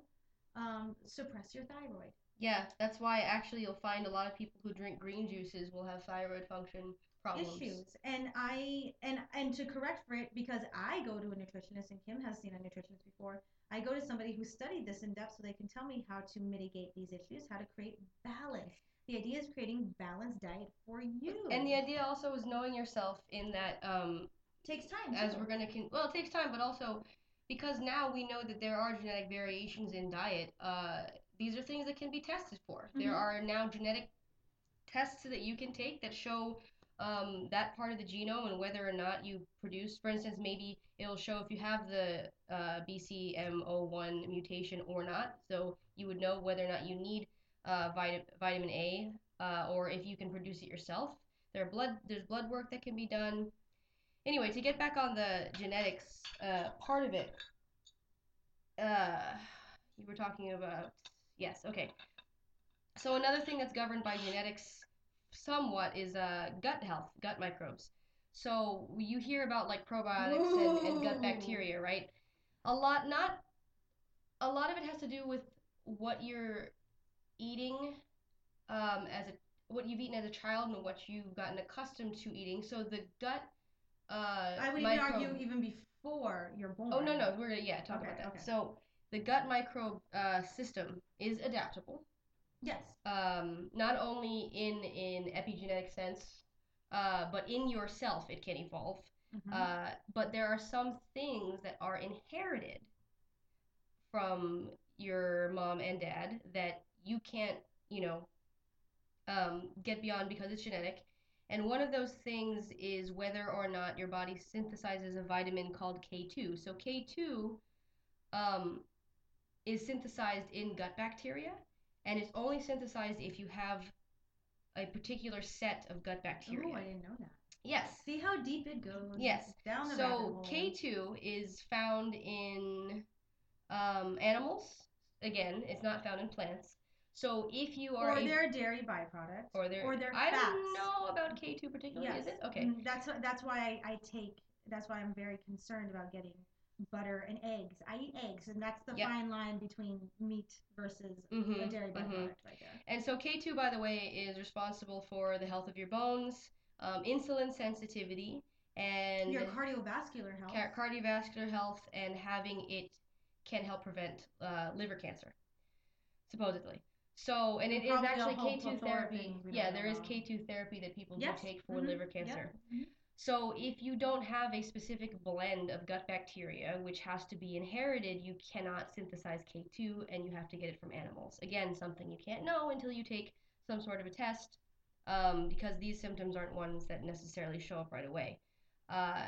[SPEAKER 2] um, suppress your thyroid
[SPEAKER 1] Yeah, that's why actually you'll find a lot of people who drink green juices will have thyroid function problems.
[SPEAKER 2] issues and i and and to correct for it because i go to a nutritionist and kim has seen a nutritionist before i go to somebody who studied this in depth so they can tell me how to mitigate these issues how to create balance the idea is creating balanced diet for you
[SPEAKER 1] And the idea also is knowing yourself in that um,
[SPEAKER 2] takes time
[SPEAKER 1] as
[SPEAKER 2] too.
[SPEAKER 1] we're gonna con- well it takes time but also because now we know that there are genetic variations in diet uh, these are things that can be tested for there
[SPEAKER 2] Mhm.
[SPEAKER 1] are now genetic tests that you can take that show um, that part of the genome and whether or not you produce for instance maybe it'll show if you have the uh, bcmo1 mutation or not so you would know whether or not you need uh, vit- vitamin a uh, or if you can produce it yourself there are blood there's blood work that can be done anyway, to get back on the genetics uh, part of it, uh, you were talking about yes, okay. So another thing that's governed by genetics somewhat is uh, gut health, gut microbes. So you hear about like probiotics and, and gut
[SPEAKER 2] Ooh.
[SPEAKER 1] bacteria, right? A lot, not a lot of it has to do with what you're eating um, as a what you've eaten as a child and what you've gotten accustomed to eating. So the gut uh,
[SPEAKER 2] i would even
[SPEAKER 1] microbe-
[SPEAKER 2] argue even before you're born
[SPEAKER 1] Oh no no, we're gonna yeah talk
[SPEAKER 2] Okay,
[SPEAKER 1] about that.
[SPEAKER 2] okay.
[SPEAKER 1] So the gut microbe uh, system is adaptable,
[SPEAKER 2] Yes.
[SPEAKER 1] um, not only in an epigenetic sense, uh, but in yourself it can evolve.
[SPEAKER 2] Mhm.
[SPEAKER 1] Uh, but there are some things that are inherited from your mom and dad that you can't, you know, um, get beyond because it's genetic. And one of those things is whether or not your body synthesizes a vitamin called K2. So K2 um, is synthesized in gut bacteria, and it's only synthesized if you have a particular set of gut bacteria.
[SPEAKER 2] Ooh, I didn't know that.
[SPEAKER 1] Yes.
[SPEAKER 2] See how deep it goes.
[SPEAKER 1] Yes.
[SPEAKER 2] Down the rabbit
[SPEAKER 1] So
[SPEAKER 2] hole.
[SPEAKER 1] K2 is found in um, animals. Again, it's not found in plants. So if you are
[SPEAKER 2] or
[SPEAKER 1] a-
[SPEAKER 2] their dairy byproduct.
[SPEAKER 1] or their
[SPEAKER 2] or their
[SPEAKER 1] I
[SPEAKER 2] fats.
[SPEAKER 1] don't know about K2 particularly.
[SPEAKER 2] Yes.
[SPEAKER 1] Is it okay?
[SPEAKER 2] Mm, That's wh- that's why I, I take. That's why I'm very concerned about getting butter and eggs. I eat eggs, and that's the
[SPEAKER 1] Yep.
[SPEAKER 2] fine line between meat versus a
[SPEAKER 1] Mhm,
[SPEAKER 2] dairy byproduct
[SPEAKER 1] mhm.
[SPEAKER 2] right there.
[SPEAKER 1] And so K2, by the way, is responsible for the health of your bones, um, insulin sensitivity, and
[SPEAKER 2] Your cardiovascular health.
[SPEAKER 1] ca- cardiovascular health, and having it can help prevent uh, liver cancer, supposedly. So, and it
[SPEAKER 2] And
[SPEAKER 1] is
[SPEAKER 2] probably a
[SPEAKER 1] actually
[SPEAKER 2] whole
[SPEAKER 1] K2
[SPEAKER 2] plethora of
[SPEAKER 1] therapy.
[SPEAKER 2] things we
[SPEAKER 1] Yeah,
[SPEAKER 2] don't
[SPEAKER 1] there
[SPEAKER 2] know
[SPEAKER 1] is
[SPEAKER 2] about.
[SPEAKER 1] K2 therapy that people
[SPEAKER 2] Yes,
[SPEAKER 1] do take for
[SPEAKER 2] mhm,
[SPEAKER 1] liver
[SPEAKER 2] yep,
[SPEAKER 1] cancer.
[SPEAKER 2] mhm.
[SPEAKER 1] So, if you don't have a specific blend of gut bacteria, which has to be inherited, you cannot synthesize K2 and you have to get it from animals. Again, something you can't know until you take some sort of a test um, because these symptoms aren't ones that necessarily show up right away. Uh,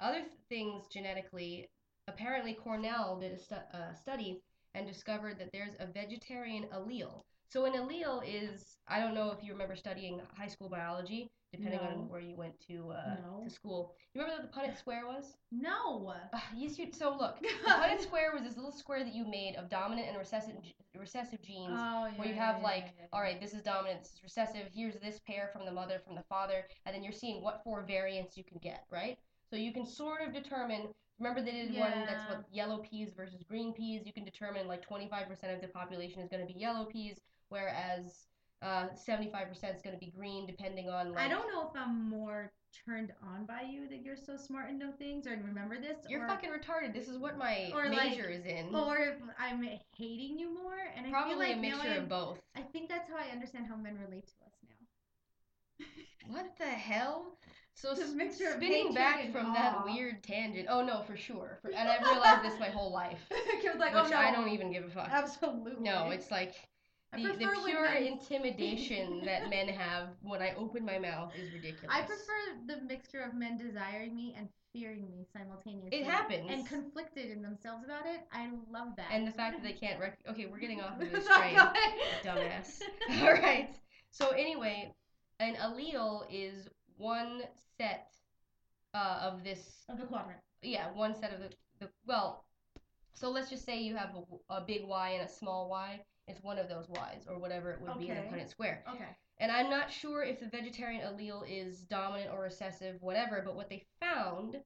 [SPEAKER 1] other th- things genetically, apparently, Cornell did a stu- uh, study and discovered that there's a vegetarian allele. So, an allele is, I don't know if you remember studying high school biology, depending
[SPEAKER 2] No.
[SPEAKER 1] on where you went to uh,
[SPEAKER 2] No.
[SPEAKER 1] to school. You remember what the Punnett Square was?
[SPEAKER 2] No.
[SPEAKER 1] Uh, yes, you. So look, the Punnett Square was this little square that you made of dominant and recessive g- recessive genes,
[SPEAKER 2] Oh,
[SPEAKER 1] where
[SPEAKER 2] yeah,
[SPEAKER 1] you
[SPEAKER 2] yeah,
[SPEAKER 1] have
[SPEAKER 2] yeah,
[SPEAKER 1] like,
[SPEAKER 2] yeah, yeah,
[SPEAKER 1] all right, this is dominant, this is recessive. Here's this pair from the mother, from the father, and then you're seeing what four variants you can get, right? So you can sort of determine. Remember they did one that's
[SPEAKER 2] Yeah.
[SPEAKER 1] what yellow peas versus green peas. You can determine like 25% of the population is going to be yellow peas, whereas uh, 75% is going to be green, depending on like.
[SPEAKER 2] I don't know if I'm more turned on by you that you're so smart and know things, or remember this,
[SPEAKER 1] You're
[SPEAKER 2] or,
[SPEAKER 1] fucking retarded. This is what my
[SPEAKER 2] or, like,
[SPEAKER 1] major is in.
[SPEAKER 2] or if I'm hating you more. And I feel
[SPEAKER 1] Probably
[SPEAKER 2] like
[SPEAKER 1] a mixture
[SPEAKER 2] now
[SPEAKER 1] of both.
[SPEAKER 2] I, I think that's how I understand how men relate to us now.
[SPEAKER 1] What the hell? So
[SPEAKER 2] It's a
[SPEAKER 1] s-
[SPEAKER 2] mixture of
[SPEAKER 1] spinning
[SPEAKER 2] hatred
[SPEAKER 1] back
[SPEAKER 2] and
[SPEAKER 1] from that
[SPEAKER 2] awe.
[SPEAKER 1] weird tangent. Oh no, for sure. For, and I've realized this my whole life,
[SPEAKER 2] It was like,
[SPEAKER 1] which
[SPEAKER 2] oh no,
[SPEAKER 1] I don't even give a fuck.
[SPEAKER 2] absolutely.
[SPEAKER 1] No, it's like
[SPEAKER 2] I
[SPEAKER 1] the, the
[SPEAKER 2] prefer when
[SPEAKER 1] pure
[SPEAKER 2] men-
[SPEAKER 1] intimidation that men have when I open my mouth is ridiculous.
[SPEAKER 2] I prefer the mixture of men desiring me and fearing me simultaneously.
[SPEAKER 1] It happens.
[SPEAKER 2] And conflicted in themselves about it. I love that.
[SPEAKER 1] And the fact that they can't rec- okay, we're getting off of this
[SPEAKER 2] Not
[SPEAKER 1] train.
[SPEAKER 2] going-
[SPEAKER 1] dumbass. All right. So anyway, an allele is one set uh, of this.
[SPEAKER 2] Of the quadrant.
[SPEAKER 1] Yeah, one set of the, the. Well, so let's just say you have a, w- a big Y and a small Y. It's one of those Y's or whatever it would be in the
[SPEAKER 2] Okay.
[SPEAKER 1] Punnett square.
[SPEAKER 2] Okay.
[SPEAKER 1] And I'm not sure if the vegetarian allele is dominant or recessive, whatever, but what they found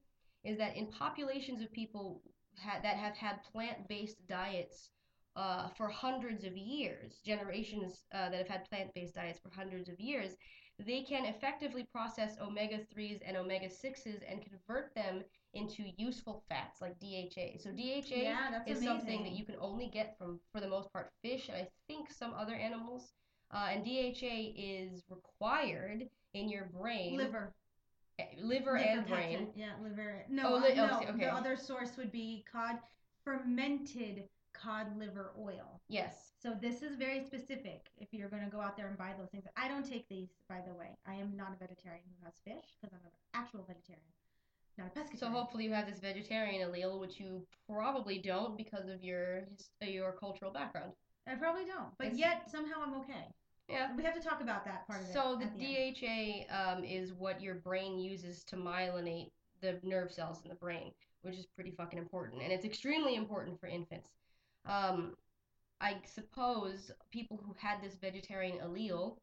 [SPEAKER 1] is that in populations of people ha- that have had plant based diets uh, for hundreds of years, generations uh, that have had plant based diets for hundreds of years, they can effectively process omega 3s and omega 6s and convert them into useful fats like DHA. So, DHA
[SPEAKER 2] Yeah, that's
[SPEAKER 1] is
[SPEAKER 2] amazing.
[SPEAKER 1] something that you can only get from, for the most part, fish and I think some other animals. Uh, and DHA is required in your brain,
[SPEAKER 2] liver.
[SPEAKER 1] eh, liver
[SPEAKER 2] Liver
[SPEAKER 1] and brain.
[SPEAKER 2] patent. Yeah, liver. No,
[SPEAKER 1] Oh,
[SPEAKER 2] uh,
[SPEAKER 1] li- oh,
[SPEAKER 2] no.
[SPEAKER 1] see, okay.
[SPEAKER 2] The other source would be cod fermented cod liver oil.
[SPEAKER 1] Yes.
[SPEAKER 2] So this is very specific if you're going to go out there and buy those things. I don't take these, by the way. I am not a vegetarian who has fish because I'm an actual vegetarian, not a pescatarian.
[SPEAKER 1] So hopefully you have this vegetarian allele, which you probably don't because of your his- uh, your cultural background.
[SPEAKER 2] I probably don't, but
[SPEAKER 1] It's-
[SPEAKER 2] yet somehow I'm okay.
[SPEAKER 1] Yeah.
[SPEAKER 2] We have to talk about that part of it.
[SPEAKER 1] So the
[SPEAKER 2] at the end.
[SPEAKER 1] DHA um, is what your brain uses to myelinate the nerve cells in the brain, which is pretty fucking important, and it's extremely important for infants. Um, I suppose people who had this vegetarian allele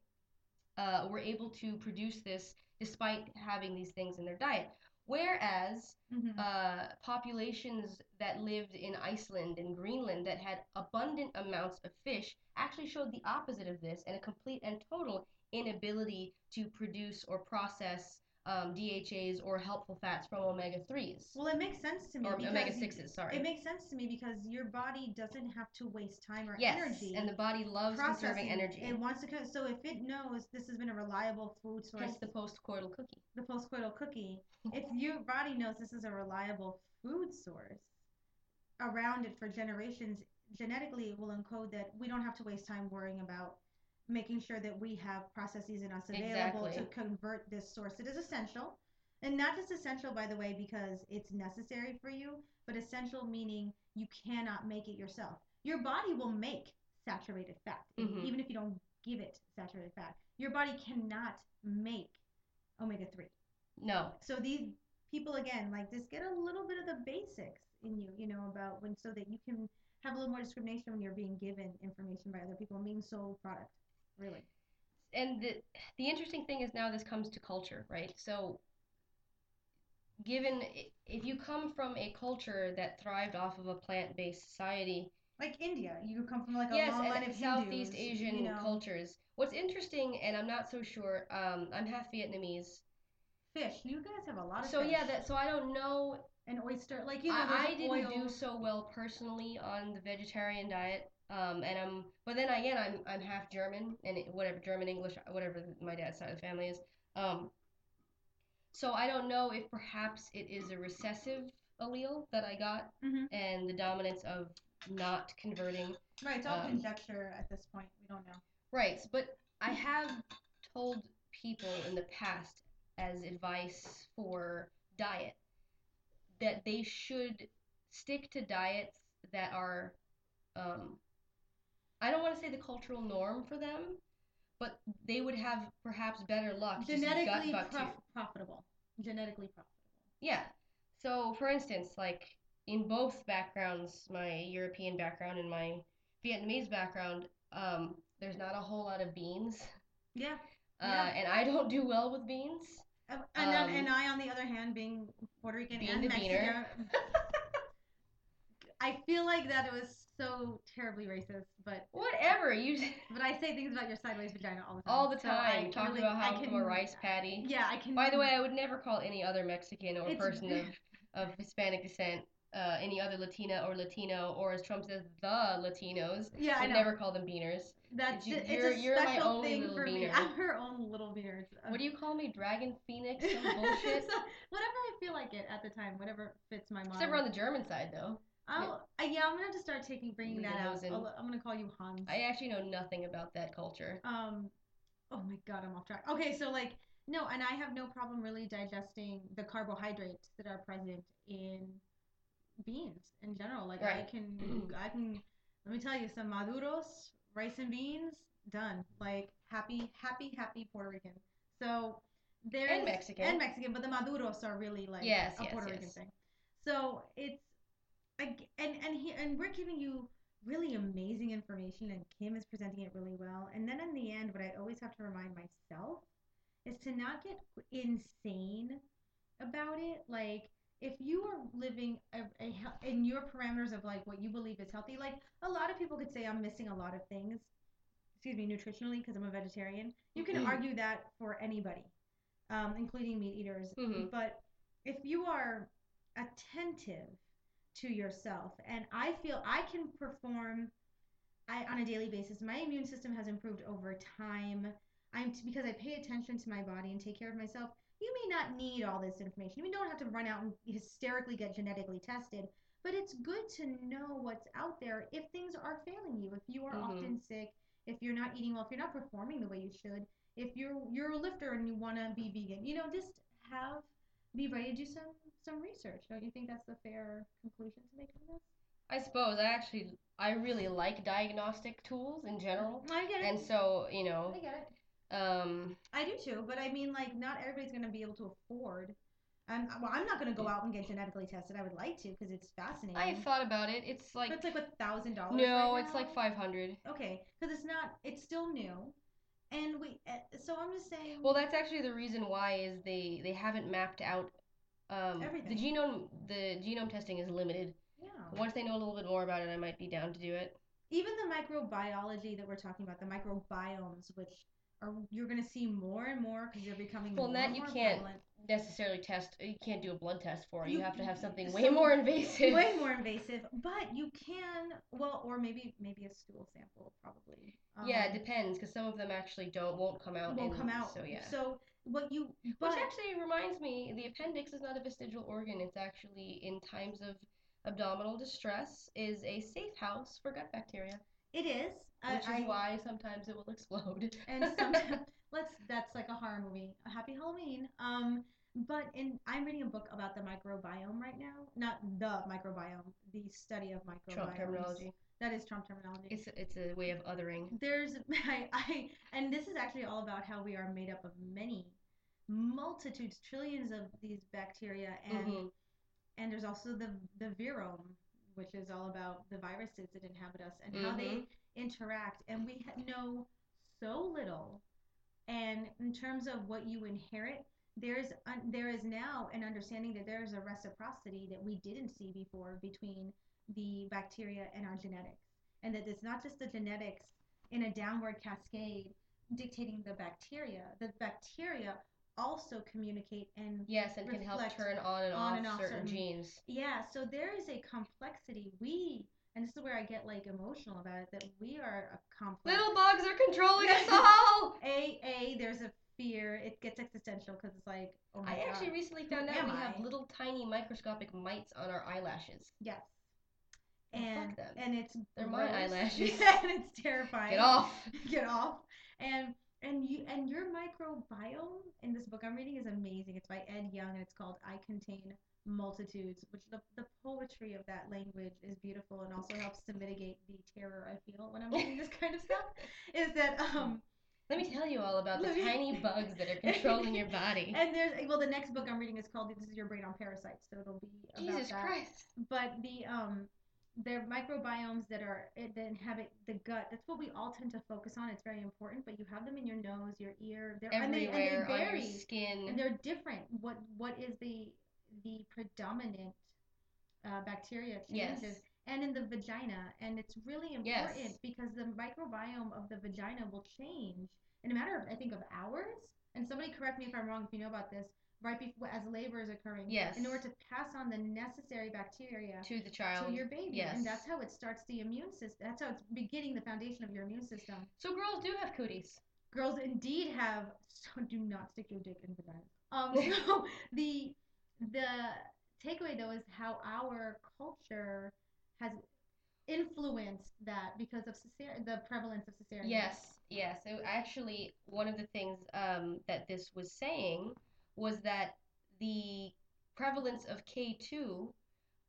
[SPEAKER 1] uh, were able to produce this despite having these things in their diet. Whereas
[SPEAKER 2] Mhm.
[SPEAKER 1] uh, populations that lived in Iceland and Greenland that had abundant amounts of fish actually showed the opposite of this and a complete and total inability to produce or process um, DHAs or helpful fats from omega threes
[SPEAKER 2] Well, it makes sense to me.
[SPEAKER 1] or
[SPEAKER 2] because
[SPEAKER 1] omega
[SPEAKER 2] you-
[SPEAKER 1] sixes. Sorry.
[SPEAKER 2] It makes sense to me because your body doesn't have to waste time or
[SPEAKER 1] yes,
[SPEAKER 2] energy.
[SPEAKER 1] and the body loves conserving
[SPEAKER 2] processing.
[SPEAKER 1] energy.
[SPEAKER 2] It wants to, co- so if it knows this has been a reliable food source,
[SPEAKER 1] Hence the postcoital cookie.
[SPEAKER 2] the postcoital cookie, if your body knows this is a reliable food source around it for generations, genetically it will encode that we don't have to waste time worrying about making sure that we have processes in us available to
[SPEAKER 1] Exactly.
[SPEAKER 2] convert this source. It is essential. And not just essential, by the way, because it's necessary for you, but essential meaning you cannot make it yourself. Your body will make saturated fat, e-
[SPEAKER 1] Mhm.
[SPEAKER 2] even if you don't give it saturated fat. Your body cannot make omega 3.
[SPEAKER 1] No.
[SPEAKER 2] So these people again, like just get a little bit of the basics in you, you know, about when so that you can have a little more discrimination when you're being given information by other people and being sold product. Really.
[SPEAKER 1] and the the interesting thing is now this comes to culture, right? So, given i- if you come from a culture that thrived off of a plant-based society,
[SPEAKER 2] Like India, you come from like a
[SPEAKER 1] yes,
[SPEAKER 2] long line
[SPEAKER 1] and
[SPEAKER 2] of
[SPEAKER 1] Southeast
[SPEAKER 2] Hindus,
[SPEAKER 1] Asian
[SPEAKER 2] you know,
[SPEAKER 1] cultures. What's interesting, and I'm not so sure. Um, I'm half Vietnamese,
[SPEAKER 2] fish. You guys have a lot of
[SPEAKER 1] so
[SPEAKER 2] fish.
[SPEAKER 1] yeah. That so I don't know.
[SPEAKER 2] and oyster, like you know,
[SPEAKER 1] I, I
[SPEAKER 2] there's
[SPEAKER 1] didn't do
[SPEAKER 2] oil-
[SPEAKER 1] so well personally on the vegetarian diet. Um, and I'm, but then again, I'm I'm half German and it- whatever German English, whatever my dad's side of the family is. Um, so I don't know if perhaps it is a recessive allele that I got
[SPEAKER 2] Mhm.
[SPEAKER 1] and the dominance of not converting.
[SPEAKER 2] Right, it's all
[SPEAKER 1] um,
[SPEAKER 2] conjecture at this point. We don't know.
[SPEAKER 1] Right, but I have told people in the past as advice for diet that they should stick to diets that are, um, I don't want to say the cultural norm for them, but they would have perhaps better luck. just gut
[SPEAKER 2] Genetically
[SPEAKER 1] bacteria.
[SPEAKER 2] prof- profitable. Genetically profitable.
[SPEAKER 1] Yeah. So, for instance, like in both backgrounds, my European background and my Vietnamese background, um, there's not a whole lot of beans.
[SPEAKER 2] Yeah.
[SPEAKER 1] Uh,
[SPEAKER 2] Yeah.
[SPEAKER 1] and I don't do well with beans.
[SPEAKER 2] Um, and, then,
[SPEAKER 1] Um,
[SPEAKER 2] and I, on the other hand, being Puerto Rican
[SPEAKER 1] being
[SPEAKER 2] and
[SPEAKER 1] the
[SPEAKER 2] Mexican,
[SPEAKER 1] beaner.
[SPEAKER 2] I feel like that it was so terribly racist, but
[SPEAKER 1] Whatever you
[SPEAKER 2] but I say things about your sideways vagina all the time.
[SPEAKER 1] all the
[SPEAKER 2] so I
[SPEAKER 1] time talking
[SPEAKER 2] really-
[SPEAKER 1] about
[SPEAKER 2] I
[SPEAKER 1] how I'm from a
[SPEAKER 2] can-
[SPEAKER 1] rice patty.
[SPEAKER 2] Yeah, I can.
[SPEAKER 1] By the way, I would never call any other Mexican or
[SPEAKER 2] It's-
[SPEAKER 1] person of, of Hispanic descent, uh, any other Latina or Latino, or as Trump says, the Latinos.
[SPEAKER 2] yeah, I
[SPEAKER 1] I'd
[SPEAKER 2] know.
[SPEAKER 1] never call them beaners.
[SPEAKER 2] That's
[SPEAKER 1] you-
[SPEAKER 2] just,
[SPEAKER 1] you're-
[SPEAKER 2] it's a
[SPEAKER 1] you're my
[SPEAKER 2] special
[SPEAKER 1] only
[SPEAKER 2] thing
[SPEAKER 1] little
[SPEAKER 2] for me.
[SPEAKER 1] beaner.
[SPEAKER 2] I'm her own little beaner.
[SPEAKER 1] What do you call me? Dragon Phoenix? Some bullshit?
[SPEAKER 2] Uh. so, whatever I feel like it at the time, whatever fits my mind.
[SPEAKER 1] Except we're on the German side, though.
[SPEAKER 2] I'll, I, yeah, I'm gonna have to start taking bringing that out.
[SPEAKER 1] Lederhosen.
[SPEAKER 2] I'll, I'm gonna call you Hans.
[SPEAKER 1] I actually know nothing about that culture.
[SPEAKER 2] Um, oh my god, I'm off track. Okay, so like no, and I have no problem really digesting the carbohydrates that are present in beans in general. Like I
[SPEAKER 1] Right.
[SPEAKER 2] can, I can. Let me tell you, some maduros, rice and beans, done. Like happy, happy, happy Puerto Rican. So there's
[SPEAKER 1] Mexican.
[SPEAKER 2] and Mexican, but the maduros are really like
[SPEAKER 1] Yes,
[SPEAKER 2] a
[SPEAKER 1] yes,
[SPEAKER 2] Puerto Rican
[SPEAKER 1] yes.
[SPEAKER 2] thing. So it's I g and and he and we're giving you really amazing information and Kim is presenting it really well. And then in the end, what I always have to remind myself is to not get insane about it. Like if you are living a, a hel- in your parameters of like what you believe is healthy, like a lot of people could say I'm missing a lot of things. Excuse me, nutritionally because I'm a vegetarian. You can
[SPEAKER 1] Mm-hmm.
[SPEAKER 2] argue that for anybody, um, including meat eaters.
[SPEAKER 1] Mhm.
[SPEAKER 2] But if you are attentive to yourself and i feel i can perform i on a daily basis my immune system has improved over time i'm because i pay attention to my body and take care of myself you may not need all this information you don't have to run out and hysterically get genetically tested but it's good to know what's out there if things are failing you if you are
[SPEAKER 1] Mhm.
[SPEAKER 2] often sick if you're not eating well if you're not performing the way you should if you're you're a lifter and you want to be vegan you know just have be ready to do some some research. Don't you think that's the fair conclusion to make from this?
[SPEAKER 1] I suppose I actually I really like diagnostic tools in general,
[SPEAKER 2] I get it.
[SPEAKER 1] and so you
[SPEAKER 2] I
[SPEAKER 1] know,
[SPEAKER 2] get it.
[SPEAKER 1] um,
[SPEAKER 2] I do too, but I mean, like, not everybody's going to be able to afford. Um, well, I'm not going to go out and get genetically tested. I would like to because it's fascinating.
[SPEAKER 1] I have thought about it. It's like
[SPEAKER 2] Mm-hmm. That's like a thousand dollars.
[SPEAKER 1] no,
[SPEAKER 2] right
[SPEAKER 1] it's
[SPEAKER 2] now.
[SPEAKER 1] like five hundred.
[SPEAKER 2] Okay, because it's not. It's still new, and we. Uh, so I'm just saying.
[SPEAKER 1] Well, that's actually the reason why is they they haven't mapped out um, the
[SPEAKER 2] Everything.
[SPEAKER 1] genome. The genome testing is limited.
[SPEAKER 2] yeah.
[SPEAKER 1] Once they know a little bit more about it, I might be down to do it.
[SPEAKER 2] even the microbiology that we're talking about, the microbiomes, which are you're going to see more and more because they're becoming
[SPEAKER 1] Well,
[SPEAKER 2] more
[SPEAKER 1] that
[SPEAKER 2] and
[SPEAKER 1] you
[SPEAKER 2] more
[SPEAKER 1] can't.
[SPEAKER 2] prevalent.
[SPEAKER 1] necessarily test. You can't do a blood test for it. You,
[SPEAKER 2] You-
[SPEAKER 1] have to have
[SPEAKER 2] you-
[SPEAKER 1] something
[SPEAKER 2] so-
[SPEAKER 1] way more invasive.
[SPEAKER 2] way more invasive, but you can well, or maybe maybe a stool sample probably.
[SPEAKER 1] yeah, it
[SPEAKER 2] Um,
[SPEAKER 1] depends because some of them actually don't won't come out.
[SPEAKER 2] won't
[SPEAKER 1] and-
[SPEAKER 2] come out.
[SPEAKER 1] So yeah.
[SPEAKER 2] So what you but
[SPEAKER 1] Which actually reminds me, the appendix is not a vestigial organ. It's actually in times of abdominal distress is a safe house for gut bacteria,
[SPEAKER 2] it is. I-
[SPEAKER 1] which is
[SPEAKER 2] I-
[SPEAKER 1] why sometimes it will explode.
[SPEAKER 2] and sometimes let's that's like a horror movie. A happy Halloween. Um but in I'm reading a book about the microbiome right now. Not the microbiome, the study of microbiome.
[SPEAKER 1] Trump terminology.
[SPEAKER 2] That is Trump terminology.
[SPEAKER 1] It's it's a way of othering.
[SPEAKER 2] there's I, I and this is actually all about how we are made up of many multitudes trillions of these bacteria and
[SPEAKER 1] Mhm.
[SPEAKER 2] and there's also the the virome which is all about the viruses that inhabit us and how they interact and we ha- know so little and in terms of what you inherit there's un- there is now an understanding that there is a reciprocity that we didn't see before between the bacteria and our genetics and that it's not just the genetics in a downward cascade dictating the bacteria the bacteria also communicate and
[SPEAKER 1] Yes, and can help
[SPEAKER 2] reflect
[SPEAKER 1] turn on and
[SPEAKER 2] on
[SPEAKER 1] off
[SPEAKER 2] and off
[SPEAKER 1] certain
[SPEAKER 2] certain-
[SPEAKER 1] genes.
[SPEAKER 2] yeah, so there is a complexity. We, and this is where I get like emotional about it, that we are a complex.
[SPEAKER 1] Little bugs are controlling us
[SPEAKER 2] Yeah.
[SPEAKER 1] all.
[SPEAKER 2] A, A, there's a fear. It gets existential because it's like, oh my
[SPEAKER 1] I
[SPEAKER 2] God.
[SPEAKER 1] actually recently found out
[SPEAKER 2] am
[SPEAKER 1] we have
[SPEAKER 2] I?
[SPEAKER 1] little tiny microscopic mites on our eyelashes.
[SPEAKER 2] Yes.
[SPEAKER 1] Well, Oh, fuck
[SPEAKER 2] And,
[SPEAKER 1] them.
[SPEAKER 2] and it's
[SPEAKER 1] They're my
[SPEAKER 2] gross.
[SPEAKER 1] eyelashes.
[SPEAKER 2] Yeah, and it's terrifying.
[SPEAKER 1] Get off.
[SPEAKER 2] Get off. And and you and your microbiome in this book I'm reading is amazing. It's by Ed Young and it's called I Contain Multitudes, which the, the poetry of that language is beautiful and also helps to mitigate the terror I feel when I'm reading this kind of stuff. Is that um
[SPEAKER 1] Let me tell you all about the
[SPEAKER 2] Let me-
[SPEAKER 1] tiny bugs that are controlling your body.
[SPEAKER 2] and there's well the next book I'm reading is called This is Your Brain on Parasites, so it'll be about
[SPEAKER 1] Jesus
[SPEAKER 2] that.
[SPEAKER 1] Christ.
[SPEAKER 2] but the um the microbiomes that are eh, that inhabit the gut that's what we all tend to focus on it's very important but you have them in your nose your ear they're and they, and they
[SPEAKER 1] Everywhere on
[SPEAKER 2] vary
[SPEAKER 1] your skin.
[SPEAKER 2] and they're different what what is the the predominant uh, bacteria
[SPEAKER 1] Yes.
[SPEAKER 2] changes and in the vagina and it's really important
[SPEAKER 1] Yes.
[SPEAKER 2] because the microbiome of the vagina will change in a matter of i think of hours and somebody correct me if i'm wrong if you know about this right before as labor is occurring
[SPEAKER 1] Yes.
[SPEAKER 2] in order to pass on the necessary bacteria
[SPEAKER 1] To the child.
[SPEAKER 2] to your baby.
[SPEAKER 1] yes.
[SPEAKER 2] And that's how it starts the immune system. That's how it's beginning the foundation of your immune system.
[SPEAKER 1] So girls do have cooties.
[SPEAKER 2] Girls indeed have so do not stick your dick in vagina. Um so the the takeaway though is how our culture has influenced that because of cesarean the prevalence of cesarean.
[SPEAKER 1] Yes, yes. So actually, one of the things um, that this was saying was that the prevalence of K2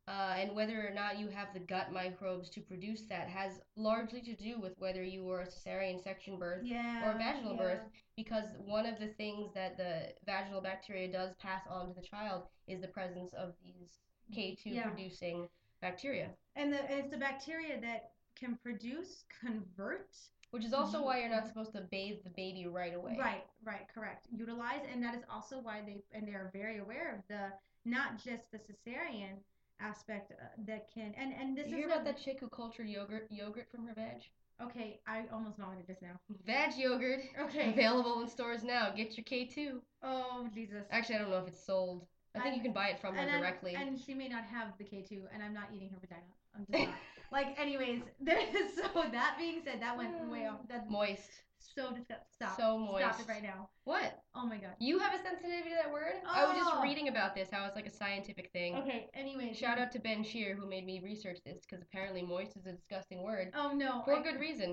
[SPEAKER 1] uh, and whether or not you have the gut microbes to produce that has largely to do with whether you were a cesarean section birth
[SPEAKER 2] Yeah.
[SPEAKER 1] or vaginal
[SPEAKER 2] yeah.
[SPEAKER 1] birth, because one of the things that the vaginal bacteria does pass on to the child is the presence of these K2
[SPEAKER 2] Yeah.
[SPEAKER 1] producing bacteria,
[SPEAKER 2] And the and it's the bacteria that can produce, convert,
[SPEAKER 1] which is also why you're not
[SPEAKER 2] Mhm.
[SPEAKER 1] supposed to bathe the baby right away.
[SPEAKER 2] Right, right, correct. Utilize, and that is also why they and they are very aware of the not just the cesarean aspect uh, that can and and this
[SPEAKER 1] you
[SPEAKER 2] is
[SPEAKER 1] hear about
[SPEAKER 2] not-
[SPEAKER 1] that chick who cultured yogurt yogurt from her veg?
[SPEAKER 2] Okay, I almost vomited just now.
[SPEAKER 1] Veg yogurt.
[SPEAKER 2] Okay.
[SPEAKER 1] Available in stores now. Get your K2.
[SPEAKER 2] Oh Jesus!
[SPEAKER 1] Actually, I don't know if it's sold. I think
[SPEAKER 2] I-
[SPEAKER 1] you can buy it from her
[SPEAKER 2] and I'm-
[SPEAKER 1] directly.
[SPEAKER 2] and she may not have the K two, and I'm not eating her vagina. I'm just not. like, anyways, there is so that being said, that went way off. That's
[SPEAKER 1] moist.
[SPEAKER 2] so disgusting. Stop.
[SPEAKER 1] Mm. So
[SPEAKER 2] Stop
[SPEAKER 1] moist.
[SPEAKER 2] it right now.
[SPEAKER 1] What?
[SPEAKER 2] Oh my god.
[SPEAKER 1] You have a sensitivity to that word? I was just
[SPEAKER 2] Oh.
[SPEAKER 1] reading about this, how it's like a scientific thing.
[SPEAKER 2] Okay. Anyway,
[SPEAKER 1] Shout out to Ben Shear who made me research this because apparently moist is a disgusting word
[SPEAKER 2] Oh no.
[SPEAKER 1] for
[SPEAKER 2] I-
[SPEAKER 1] good reason.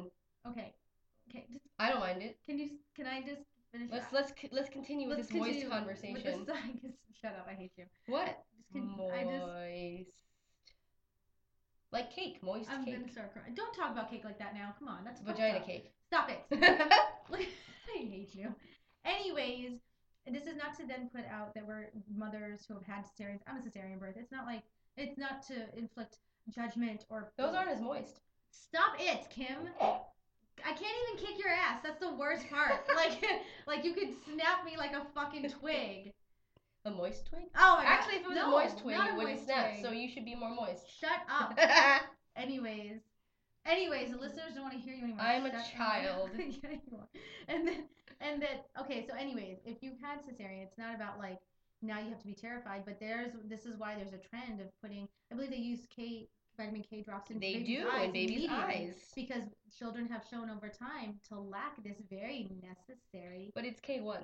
[SPEAKER 2] Okay. Okay. Just,
[SPEAKER 1] I don't mind it.
[SPEAKER 2] can you? Can I just finish?
[SPEAKER 1] Let's
[SPEAKER 2] up?
[SPEAKER 1] let's c- let's continue with
[SPEAKER 2] Let's
[SPEAKER 1] this moist
[SPEAKER 2] continue with
[SPEAKER 1] conversation.
[SPEAKER 2] this- I just- shut up, I hate you.
[SPEAKER 1] What?
[SPEAKER 2] Just can,
[SPEAKER 1] Moist.
[SPEAKER 2] I just,
[SPEAKER 1] Like cake, moist
[SPEAKER 2] I'm
[SPEAKER 1] cake.
[SPEAKER 2] gonna start crying. Don't talk about cake like that now. Come on, that's fucked
[SPEAKER 1] Vagina
[SPEAKER 2] up.
[SPEAKER 1] cake.
[SPEAKER 2] Stop it.
[SPEAKER 1] That's
[SPEAKER 2] I hate you. Anyways, this is not to then put out that we're mothers who have had cesareans. I'm a cesarean birth. It's not like it's not to inflict judgment or
[SPEAKER 1] Those aren't as moist.
[SPEAKER 2] Stop it, Kim. I can't even kick your ass. That's the worst part. like, like you could snap me like a fucking twig.
[SPEAKER 1] A moist twig?
[SPEAKER 2] Oh my god.
[SPEAKER 1] Actually, if it was
[SPEAKER 2] No,
[SPEAKER 1] a moist twig,
[SPEAKER 2] not
[SPEAKER 1] it
[SPEAKER 2] a
[SPEAKER 1] wouldn't
[SPEAKER 2] moist
[SPEAKER 1] snap,
[SPEAKER 2] twig.
[SPEAKER 1] so you should be more moist.
[SPEAKER 2] Shut up.
[SPEAKER 1] I
[SPEAKER 2] Anyways, anyways, the listeners don't want to hear you anymore.
[SPEAKER 1] I'm a
[SPEAKER 2] Shut up.
[SPEAKER 1] child.
[SPEAKER 2] yeah, you are. And then, and that. Okay, so anyways, if you had cesarean, it's not about like now you have to be terrified. But there's this is why there's a trend of putting. I believe they use K vitamin K drops in
[SPEAKER 1] They
[SPEAKER 2] babies'
[SPEAKER 1] do
[SPEAKER 2] eyes
[SPEAKER 1] in babies'
[SPEAKER 2] immediately
[SPEAKER 1] eyes.
[SPEAKER 2] because children have shown over time to lack this very necessary
[SPEAKER 1] But it's K1.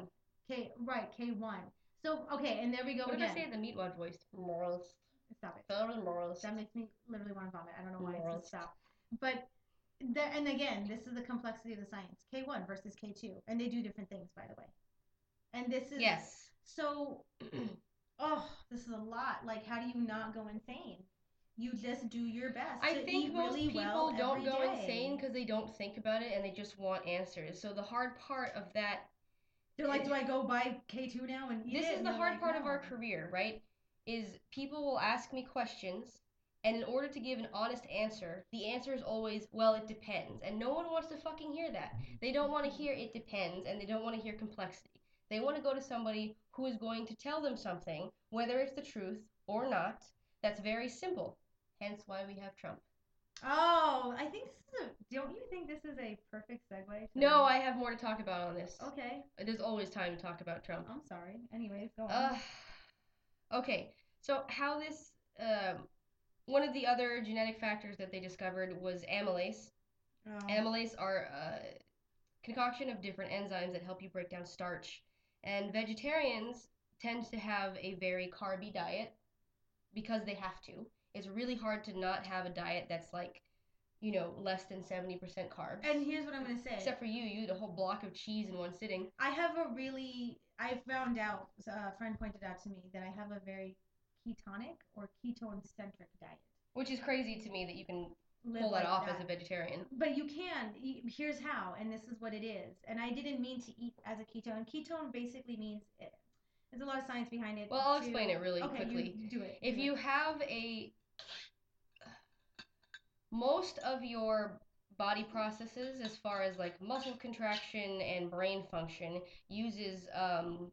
[SPEAKER 2] K right K one. So okay, and there we go
[SPEAKER 1] What did I
[SPEAKER 2] again.
[SPEAKER 1] say in the meat wad voice? Morals.
[SPEAKER 2] Stop it.
[SPEAKER 1] Federal morals.
[SPEAKER 2] That makes me literally want to vomit. I don't know why it's
[SPEAKER 1] Morals.
[SPEAKER 2] just stop. But the, and again, this is the complexity of the science. K one versus K two, and they do different things, by the way. And this is
[SPEAKER 1] Yes.
[SPEAKER 2] so. Oh, this is a lot. Like, how do you not go insane? You just do your best.
[SPEAKER 1] I
[SPEAKER 2] to
[SPEAKER 1] think
[SPEAKER 2] eat
[SPEAKER 1] most
[SPEAKER 2] really
[SPEAKER 1] people
[SPEAKER 2] well
[SPEAKER 1] don't
[SPEAKER 2] every
[SPEAKER 1] go
[SPEAKER 2] day.
[SPEAKER 1] insane because they don't think about it and they just want answers. So the hard part of that
[SPEAKER 2] They're like, do I go buy K two now and eat
[SPEAKER 1] this
[SPEAKER 2] is
[SPEAKER 1] is the hard part of our career, right? Is people will ask me questions, and in order to give an honest answer, the answer is always, well, it depends. And no one wants to fucking hear that. They don't want to hear it depends, and they don't want to hear complexity. They want to go to somebody who is going to tell them something, whether it's the truth or not, that's very simple. Hence why we have Trump.
[SPEAKER 2] Oh, I think this is a. Don't you think this is a perfect segue? to-
[SPEAKER 1] No, I have more to talk about on this.
[SPEAKER 2] Okay,
[SPEAKER 1] There's always time to talk about Trump.
[SPEAKER 2] I'm sorry. Anyways, go on.
[SPEAKER 1] Uh, okay, so how this um, one of the other genetic factors that they discovered was amylase.
[SPEAKER 2] Oh.
[SPEAKER 1] Amylase are a concoction of different enzymes that help you break down starch, and vegetarians tend to have a very carby diet because they have to. It's really hard to not have a diet that's like, you know, less than 70% carbs.
[SPEAKER 2] and here's what I'm gonna say.
[SPEAKER 1] Except for you, you eat a whole block of cheese in one sitting.
[SPEAKER 2] I have a really. I found out. uh, A friend pointed out to me that I have a very ketonic or ketone centric diet.
[SPEAKER 1] Which is crazy to me that you can
[SPEAKER 2] Live
[SPEAKER 1] pull that
[SPEAKER 2] like
[SPEAKER 1] off as a vegetarian.
[SPEAKER 2] But you can. E- Here's how, and this is what it is. And I didn't mean to eat as a ketone. Ketone basically means it, there's a lot of science behind it.
[SPEAKER 1] Well, I'll
[SPEAKER 2] to-
[SPEAKER 1] explain it really
[SPEAKER 2] okay, you-
[SPEAKER 1] quickly.
[SPEAKER 2] You, do it.
[SPEAKER 1] If
[SPEAKER 2] do it.
[SPEAKER 1] you have a most of your body processes as far as like muscle contraction and brain function uses um,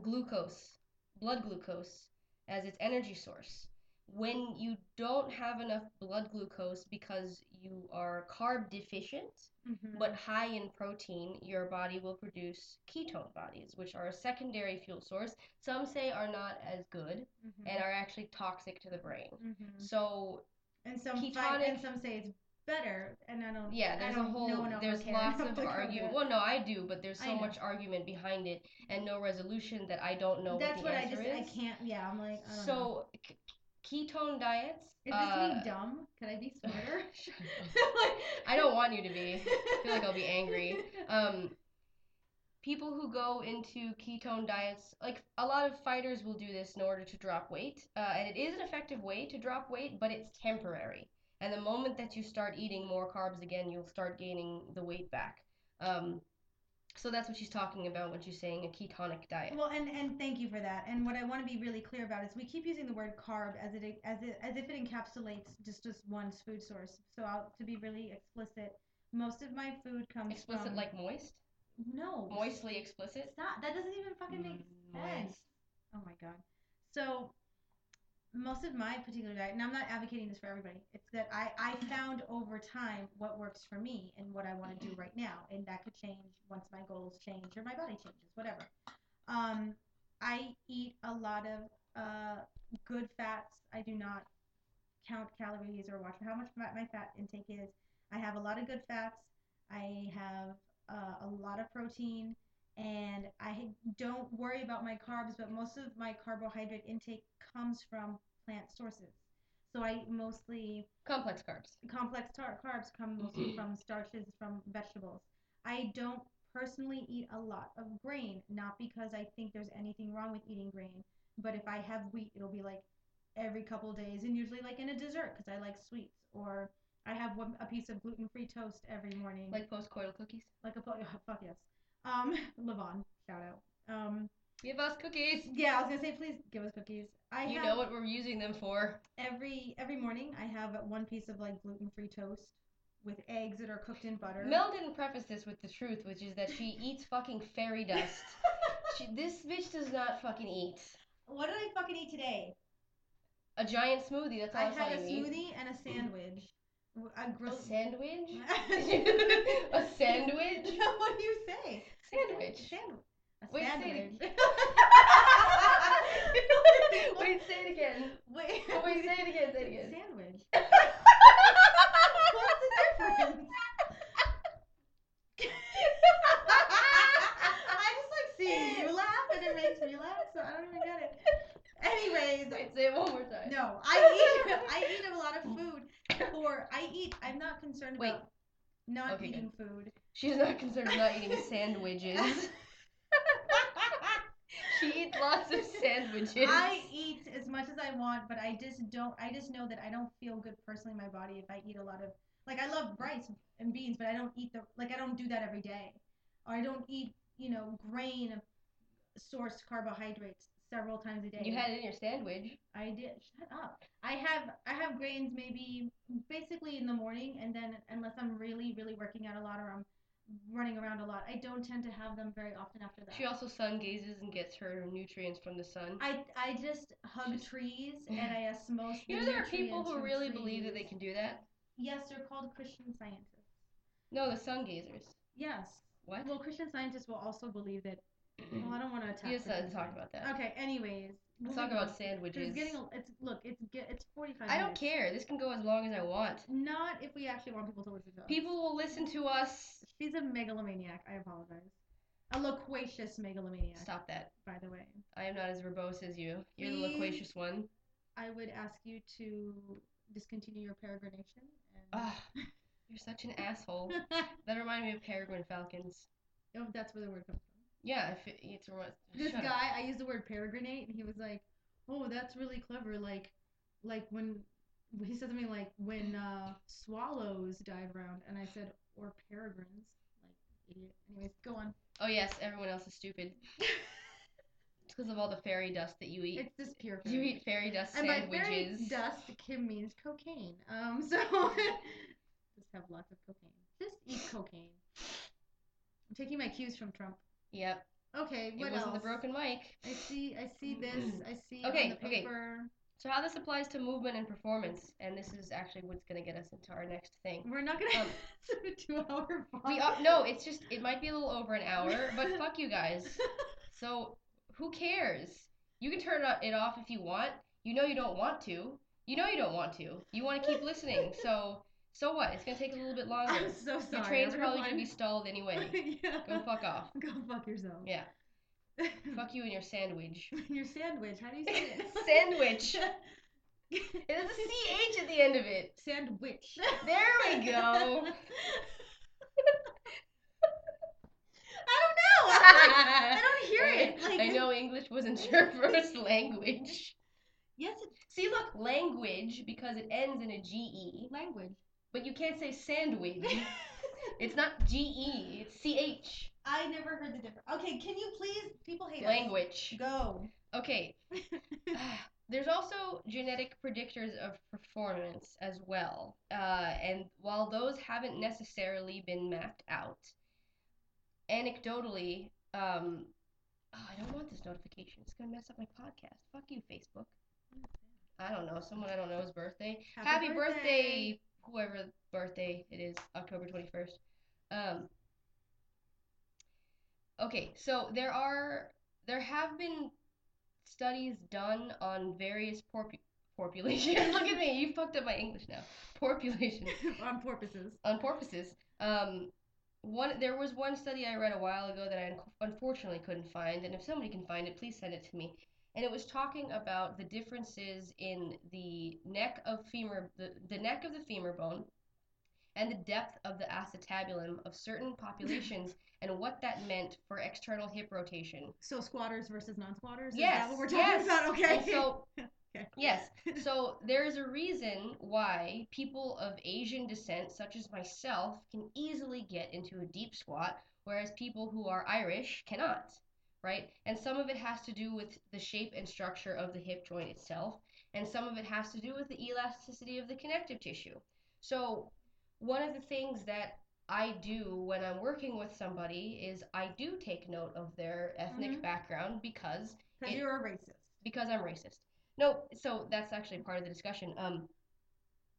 [SPEAKER 1] glucose, blood glucose as its energy source. When you don't have enough blood glucose because you are carb deficient,
[SPEAKER 2] Mhm.
[SPEAKER 1] but high in protein, your body will produce ketone bodies, which are a secondary fuel source. Some say are not as good
[SPEAKER 2] Mhm.
[SPEAKER 1] and are actually toxic to the brain.
[SPEAKER 2] Mhm.
[SPEAKER 1] So
[SPEAKER 2] and some fight,
[SPEAKER 1] ketonic-
[SPEAKER 2] and some say it's better, and I don't.
[SPEAKER 1] yeah,
[SPEAKER 2] I
[SPEAKER 1] there's a
[SPEAKER 2] don't,
[SPEAKER 1] whole
[SPEAKER 2] No one
[SPEAKER 1] there's
[SPEAKER 2] care.
[SPEAKER 1] lots of
[SPEAKER 2] Like,
[SPEAKER 1] argument.
[SPEAKER 2] okay.
[SPEAKER 1] Well, no, I do, but there's
[SPEAKER 2] I
[SPEAKER 1] so
[SPEAKER 2] know.
[SPEAKER 1] much argument behind it and no resolution that I don't know
[SPEAKER 2] That's
[SPEAKER 1] what
[SPEAKER 2] what
[SPEAKER 1] the
[SPEAKER 2] I
[SPEAKER 1] answer
[SPEAKER 2] just. I
[SPEAKER 1] is.
[SPEAKER 2] can't. Yeah, I'm like. I don't know.
[SPEAKER 1] so k- ketone diets.
[SPEAKER 2] Is this
[SPEAKER 1] uh,
[SPEAKER 2] me dumb? Could I be smarter?
[SPEAKER 1] Shut up. I don't want you to be. I feel like I'll be angry. um, people who go into ketone diets, like a lot of fighters will do this in order to drop weight, uh, and it is an effective way to drop weight, but it's temporary. And the moment that you start eating more carbs again, you'll start gaining the weight back. Um, so that's what she's talking about when she's saying a ketonic diet.
[SPEAKER 2] Well, and and thank you for that. And what I want to be really clear about is we keep using the word carb as it as it as if it encapsulates just just one food source. So I'll, to be really explicit, most of my food comes
[SPEAKER 1] Explicit,
[SPEAKER 2] from
[SPEAKER 1] like moist,
[SPEAKER 2] no
[SPEAKER 1] moistly explicit.
[SPEAKER 2] Stop. That doesn't even fucking make
[SPEAKER 1] Mm,
[SPEAKER 2] sense.
[SPEAKER 1] moist.
[SPEAKER 2] Oh my god. So most of my particular diet, and I'm not advocating this for everybody. It's that I I found over time what works for me and what I want to do right now, and that could change once my goals change or my body changes, whatever. Um, I eat a lot of uh good fats. I do not count calories or watch how much my, my fat intake is. I have a lot of good fats. I have uh, a lot of protein, and I don't worry about my carbs. But most of my carbohydrate intake comes from plant sources. So I mostly
[SPEAKER 1] Complex carbs.
[SPEAKER 2] complex tar- carbs come mostly from starches from vegetables. I don't personally eat a lot of grain, not because I think there's anything wrong with eating grain, but if I have wheat, it'll be like every couple days and usually like in a dessert because I like sweets or I have one, a piece of gluten-free toast every morning
[SPEAKER 1] Like postcoital cookies.
[SPEAKER 2] like a po- fuck yes. Um Levon, shout out. Um
[SPEAKER 1] Give us cookies.
[SPEAKER 2] yeah, I was going to say please give us cookies. I
[SPEAKER 1] you
[SPEAKER 2] have
[SPEAKER 1] know what we're using them for.
[SPEAKER 2] every every morning I have one piece of like gluten-free toast with eggs that are cooked in butter.
[SPEAKER 1] Mel didn't preface this with the truth, which is that she eats fucking fairy dust. she, this bitch does not fucking eat.
[SPEAKER 2] What did I fucking eat today?
[SPEAKER 1] A giant smoothie, that's all
[SPEAKER 2] I
[SPEAKER 1] I
[SPEAKER 2] had a
[SPEAKER 1] fucking eat.
[SPEAKER 2] smoothie and a sandwich. W- A
[SPEAKER 1] A
[SPEAKER 2] gross.
[SPEAKER 1] sandwich? a sandwich?
[SPEAKER 2] what do you say?
[SPEAKER 1] Sandwich.
[SPEAKER 2] Sandwich. A
[SPEAKER 1] Wait, say
[SPEAKER 2] sandwich.
[SPEAKER 1] it. Wait, say it again.
[SPEAKER 2] Wait,
[SPEAKER 1] Wait, say it again. Say it again.
[SPEAKER 2] Sandwich. What's the difference? I just like seeing you laugh and it makes me laugh, so I don't even get it. Anyways,
[SPEAKER 1] Wait, say it one more time.
[SPEAKER 2] no, I eat I eat a lot of food for I eat I'm not concerned
[SPEAKER 1] Wait.
[SPEAKER 2] about not
[SPEAKER 1] Okay, good.
[SPEAKER 2] eating food.
[SPEAKER 1] She's not concerned with not eating sandwiches. she eats lots of sandwiches.
[SPEAKER 2] I eat as much as I want, but I just don't I just know that I don't feel good personally in my body if I eat a lot of like I love rice and beans, but I don't eat the like I don't do that every day. Or I don't eat, you know, grain of sourced carbohydrates several times a day.
[SPEAKER 1] You had it in your sandwich.
[SPEAKER 2] I did. Shut up. I have I have grains maybe basically in the morning, and then unless I'm really really working out a lot or I'm running around a lot, I don't tend to have them very often after that.
[SPEAKER 1] She also sun gazes and gets her nutrients from the sun.
[SPEAKER 2] I I just hug trees and I osmose.
[SPEAKER 1] You know
[SPEAKER 2] the
[SPEAKER 1] there are people
[SPEAKER 2] nutrients
[SPEAKER 1] who
[SPEAKER 2] from
[SPEAKER 1] really believe that they
[SPEAKER 2] trees.
[SPEAKER 1] can do that.
[SPEAKER 2] Yes, they're called Christian scientists.
[SPEAKER 1] No, the sun gazers.
[SPEAKER 2] Yes.
[SPEAKER 1] What?
[SPEAKER 2] Well, Christian scientists will also believe that. Well, I don't want to attack.
[SPEAKER 1] Yes, I
[SPEAKER 2] Christian
[SPEAKER 1] talk
[SPEAKER 2] scientists.
[SPEAKER 1] about that.
[SPEAKER 2] Okay. Anyways.
[SPEAKER 1] Let's
[SPEAKER 2] moving
[SPEAKER 1] talk
[SPEAKER 2] on.
[SPEAKER 1] about
[SPEAKER 2] 'Cause
[SPEAKER 1] sandwiches.
[SPEAKER 2] It's getting. a- It's look. It's get. It's forty five.
[SPEAKER 1] I don't care. This can go as long as I want.
[SPEAKER 2] Not if we actually want people to listen to us.
[SPEAKER 1] People will listen to us.
[SPEAKER 2] She's a megalomaniac. I apologize. A loquacious megalomaniac,
[SPEAKER 1] Stop that.
[SPEAKER 2] by the way.
[SPEAKER 1] I am not as verbose as you. You're the
[SPEAKER 2] Please.
[SPEAKER 1] loquacious one.
[SPEAKER 2] I would ask you to discontinue your peregrination. And...
[SPEAKER 1] Ah, you're such an asshole. That reminded me of Peregrine Falcons.
[SPEAKER 2] oh, that's where the word comes from.
[SPEAKER 1] Yeah, if it, it's a
[SPEAKER 2] This
[SPEAKER 1] shut
[SPEAKER 2] guy,
[SPEAKER 1] Up.
[SPEAKER 2] I used the word peregrinate, and he was like, "Oh, that's really clever." Like, like when he said something like, "When uh, swallows dive around," and I said, "Or peregrines." Like, idiot. Anyways, go on.
[SPEAKER 1] Oh yes, everyone else is stupid. it's because of all the fairy dust that you eat.
[SPEAKER 2] It's just pure.
[SPEAKER 1] you
[SPEAKER 2] peregrination.
[SPEAKER 1] eat fairy dust
[SPEAKER 2] And by fairy
[SPEAKER 1] sandwiches.
[SPEAKER 2] dust, Kim means cocaine. Um, so just have lots of cocaine. Just eat cocaine. I'm taking my cues from Trump.
[SPEAKER 1] Yep.
[SPEAKER 2] Okay,
[SPEAKER 1] It
[SPEAKER 2] what
[SPEAKER 1] wasn't
[SPEAKER 2] else?
[SPEAKER 1] the broken mic.
[SPEAKER 2] I see. I see this. I see
[SPEAKER 1] Okay,
[SPEAKER 2] on the
[SPEAKER 1] okay.
[SPEAKER 2] paper.
[SPEAKER 1] So how this applies to movement and performance, and this is actually what's gonna get us into our next thing.
[SPEAKER 2] We're not gonna
[SPEAKER 1] Um,
[SPEAKER 2] do a two-hour podcast.
[SPEAKER 1] We are no, it's just it might be a little over an hour, but fuck you guys. So who cares? You can turn it off if you want. You know you don't want to. You know you don't want to. You want to keep listening. So so what? It's gonna take a little bit longer.
[SPEAKER 2] I'm so sorry.
[SPEAKER 1] Your train's probably gonna be
[SPEAKER 2] everyone.
[SPEAKER 1] stalled anyway.
[SPEAKER 2] yeah.
[SPEAKER 1] Go fuck off.
[SPEAKER 2] Go fuck yourself.
[SPEAKER 1] Yeah. Fuck you and your sandwich.
[SPEAKER 2] Your sandwich. How do you say it?
[SPEAKER 1] sandwich. There's a CH at the end of it.
[SPEAKER 2] Sandwich.
[SPEAKER 1] There we go.
[SPEAKER 2] I don't know. I don't hear it. Like,
[SPEAKER 1] I know English wasn't your first language.
[SPEAKER 2] Yes, it's
[SPEAKER 1] See, look, language because it ends in a GE,
[SPEAKER 2] language.
[SPEAKER 1] but you can't say sandwich. Mm-hmm. It's not GE, it's CH.
[SPEAKER 2] I never heard the difference. Okay, can you please? People hate us.
[SPEAKER 1] Language.
[SPEAKER 2] Go.
[SPEAKER 1] Okay. Ah, There's also genetic predictors of performance as well. Uh, and while those haven't necessarily been mapped out, anecdotally, um, oh, I don't want this notification. It's going to mess up my podcast. Fuck you, Facebook. I don't know. Someone I don't know's birthday. Happy, birthday. whoever birthday it is, October 21st. Um, okay, so there are there have been studies done on various porpu- populations. Look at me, you fucked up my English now. Populations
[SPEAKER 2] On porpoises.
[SPEAKER 1] on porpoises. Um, one there was one study I read a while ago that I un- unfortunately couldn't find, and if somebody can find it, please send it to me. And it was talking about the differences in the neck of femur, the, the neck of the femur bone, and the depth of the acetabulum of certain populations, and what that meant for external hip rotation.
[SPEAKER 2] So squatters versus non-squatters. Is
[SPEAKER 1] Yes,
[SPEAKER 2] that what we're
[SPEAKER 1] yes.
[SPEAKER 2] talking about? Okay.
[SPEAKER 1] And so,
[SPEAKER 2] Okay.
[SPEAKER 1] yes. So there is a reason why people of Asian descent, such as myself, can easily get into a deep squat, whereas people who are Irish cannot, right? And some of it has to do with the shape and structure of the hip joint itself, and some of it has to do with the elasticity of the connective tissue. So one of the things that I do when I'm working with somebody is I do take note of their ethnic
[SPEAKER 2] Mhm.
[SPEAKER 1] background because
[SPEAKER 2] Because you're a racist.
[SPEAKER 1] because I'm racist. No, so that's actually part of the discussion. Um,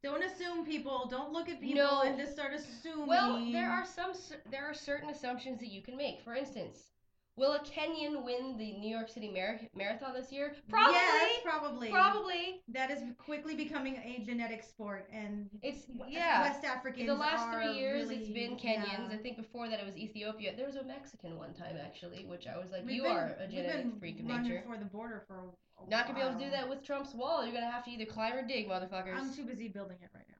[SPEAKER 2] Don't assume people. Don't look at people
[SPEAKER 1] No.
[SPEAKER 2] and just start assuming.
[SPEAKER 1] well, there are some cer- there are certain assumptions that you can make. For instance, Will a Kenyan win the New York City Mar- Marathon this year? Probably.
[SPEAKER 2] Yes, probably.
[SPEAKER 1] Probably.
[SPEAKER 2] That is quickly becoming a genetic sport, and
[SPEAKER 1] It's
[SPEAKER 2] West
[SPEAKER 1] yeah.
[SPEAKER 2] Africans.
[SPEAKER 1] The last
[SPEAKER 2] are
[SPEAKER 1] three years,
[SPEAKER 2] really,
[SPEAKER 1] it's been Kenyans. I
[SPEAKER 2] yeah.
[SPEAKER 1] think before that, it was Ethiopia. There was a Mexican one time actually, which I was like,
[SPEAKER 2] We've
[SPEAKER 1] "You
[SPEAKER 2] been-
[SPEAKER 1] are a
[SPEAKER 2] we've
[SPEAKER 1] genetic
[SPEAKER 2] been
[SPEAKER 1] freak of
[SPEAKER 2] running
[SPEAKER 1] nature."
[SPEAKER 2] for the border for a, a
[SPEAKER 1] Not gonna be able to do
[SPEAKER 2] while.
[SPEAKER 1] that with Trump's wall. You're gonna have to either climb or dig, motherfuckers.
[SPEAKER 2] I'm too busy building it right now.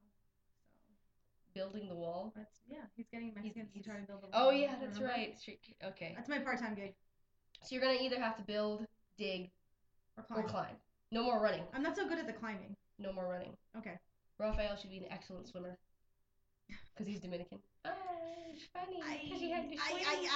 [SPEAKER 1] Building the wall.
[SPEAKER 2] So that's yeah. He's getting Mexicans to
[SPEAKER 1] he's-
[SPEAKER 2] try to build a
[SPEAKER 1] Oh
[SPEAKER 2] wall,
[SPEAKER 1] yeah, that's
[SPEAKER 2] remember?
[SPEAKER 1] right. Street- Okay.
[SPEAKER 2] That's my part-time gig.
[SPEAKER 1] So you're gonna either have to build, dig,
[SPEAKER 2] Or
[SPEAKER 1] or
[SPEAKER 2] climb.
[SPEAKER 1] climb. No more running.
[SPEAKER 2] I'm not so good at the climbing.
[SPEAKER 1] No more running.
[SPEAKER 2] Okay.
[SPEAKER 1] Raphael should be an excellent swimmer. Because he's Dominican. Oh, it's funny. 'cause he had to
[SPEAKER 2] I,
[SPEAKER 1] swim.
[SPEAKER 2] I,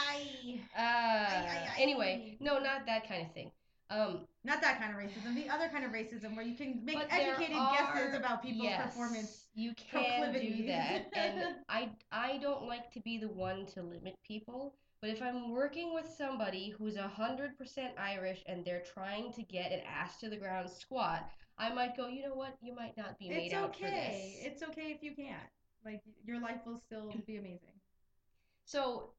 [SPEAKER 1] Uh,
[SPEAKER 2] I. I- I-
[SPEAKER 1] anyway, no, not that kind of thing. Um,
[SPEAKER 2] Not that kind of racism. The other kind of racism where you can make
[SPEAKER 1] But there
[SPEAKER 2] educated guesses
[SPEAKER 1] are-
[SPEAKER 2] about people's
[SPEAKER 1] yes,
[SPEAKER 2] performance.
[SPEAKER 1] You can do
[SPEAKER 2] proclivities.
[SPEAKER 1] that, and I I don't like to be the one to limit people. But if I'm working with somebody who's hundred percent Irish and they're trying to get an ass to the ground squat, I might go, you know what, you might not be made
[SPEAKER 2] It's
[SPEAKER 1] out for
[SPEAKER 2] okay.
[SPEAKER 1] this.
[SPEAKER 2] It's okay if you can't. Like your life will still be amazing.
[SPEAKER 1] So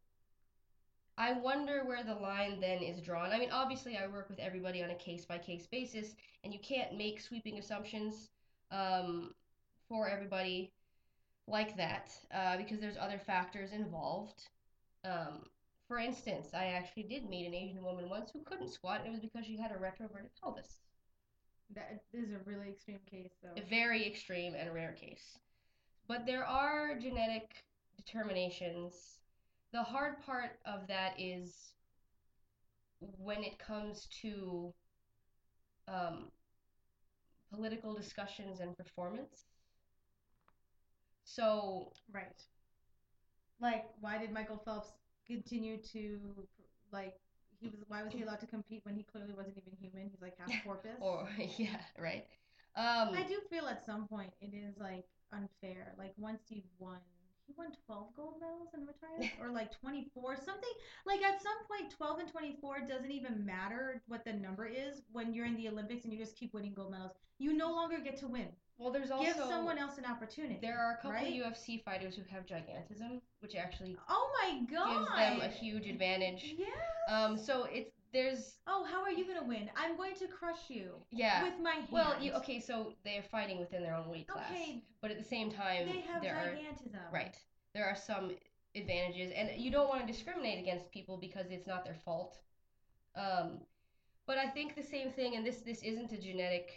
[SPEAKER 1] I wonder where the line then is drawn. I mean, obviously, I work with everybody on a case by case basis, and you can't make sweeping assumptions um, for everybody like that uh, because there's other factors involved. Um, for instance, I actually did meet an Asian woman once who couldn't squat, and it was because she had a retroverted pelvis.
[SPEAKER 2] That is a really extreme case, though.
[SPEAKER 1] A very extreme and rare case. But there are genetic determinations. The hard part of that is when it comes to um, political discussions and performance. So,
[SPEAKER 2] Right. Like, why did Michael Phelps continue to like? He was. Why was he allowed to compete when he clearly wasn't even human? He's like half porpoise.
[SPEAKER 1] or yeah, right. Um,
[SPEAKER 2] I do feel at some point it is like unfair. Like once you've won, he won twelve gold medals in retirement, or like twenty four something. Like at some point, twelve and twenty four doesn't even matter what the number is when you're in the Olympics and you just keep winning gold medals. You no longer get to win.
[SPEAKER 1] well, there's also
[SPEAKER 2] Give someone else an opportunity.
[SPEAKER 1] there are a couple
[SPEAKER 2] right?
[SPEAKER 1] UFC fighters who have gigantism, which actually
[SPEAKER 2] Oh my god!
[SPEAKER 1] gives them a huge advantage.
[SPEAKER 2] Yeah.
[SPEAKER 1] Um, so it's there's
[SPEAKER 2] Oh, how are you gonna win? I'm going to crush you
[SPEAKER 1] yeah.
[SPEAKER 2] with my hand.
[SPEAKER 1] well, you okay? So they're fighting within their own weight class,
[SPEAKER 2] Okay,
[SPEAKER 1] but at the same time,
[SPEAKER 2] they have
[SPEAKER 1] there are
[SPEAKER 2] gigantism.
[SPEAKER 1] right. There are some advantages, and you don't want to discriminate against people because it's not their fault. Um, but I think the same thing, and this this isn't a genetic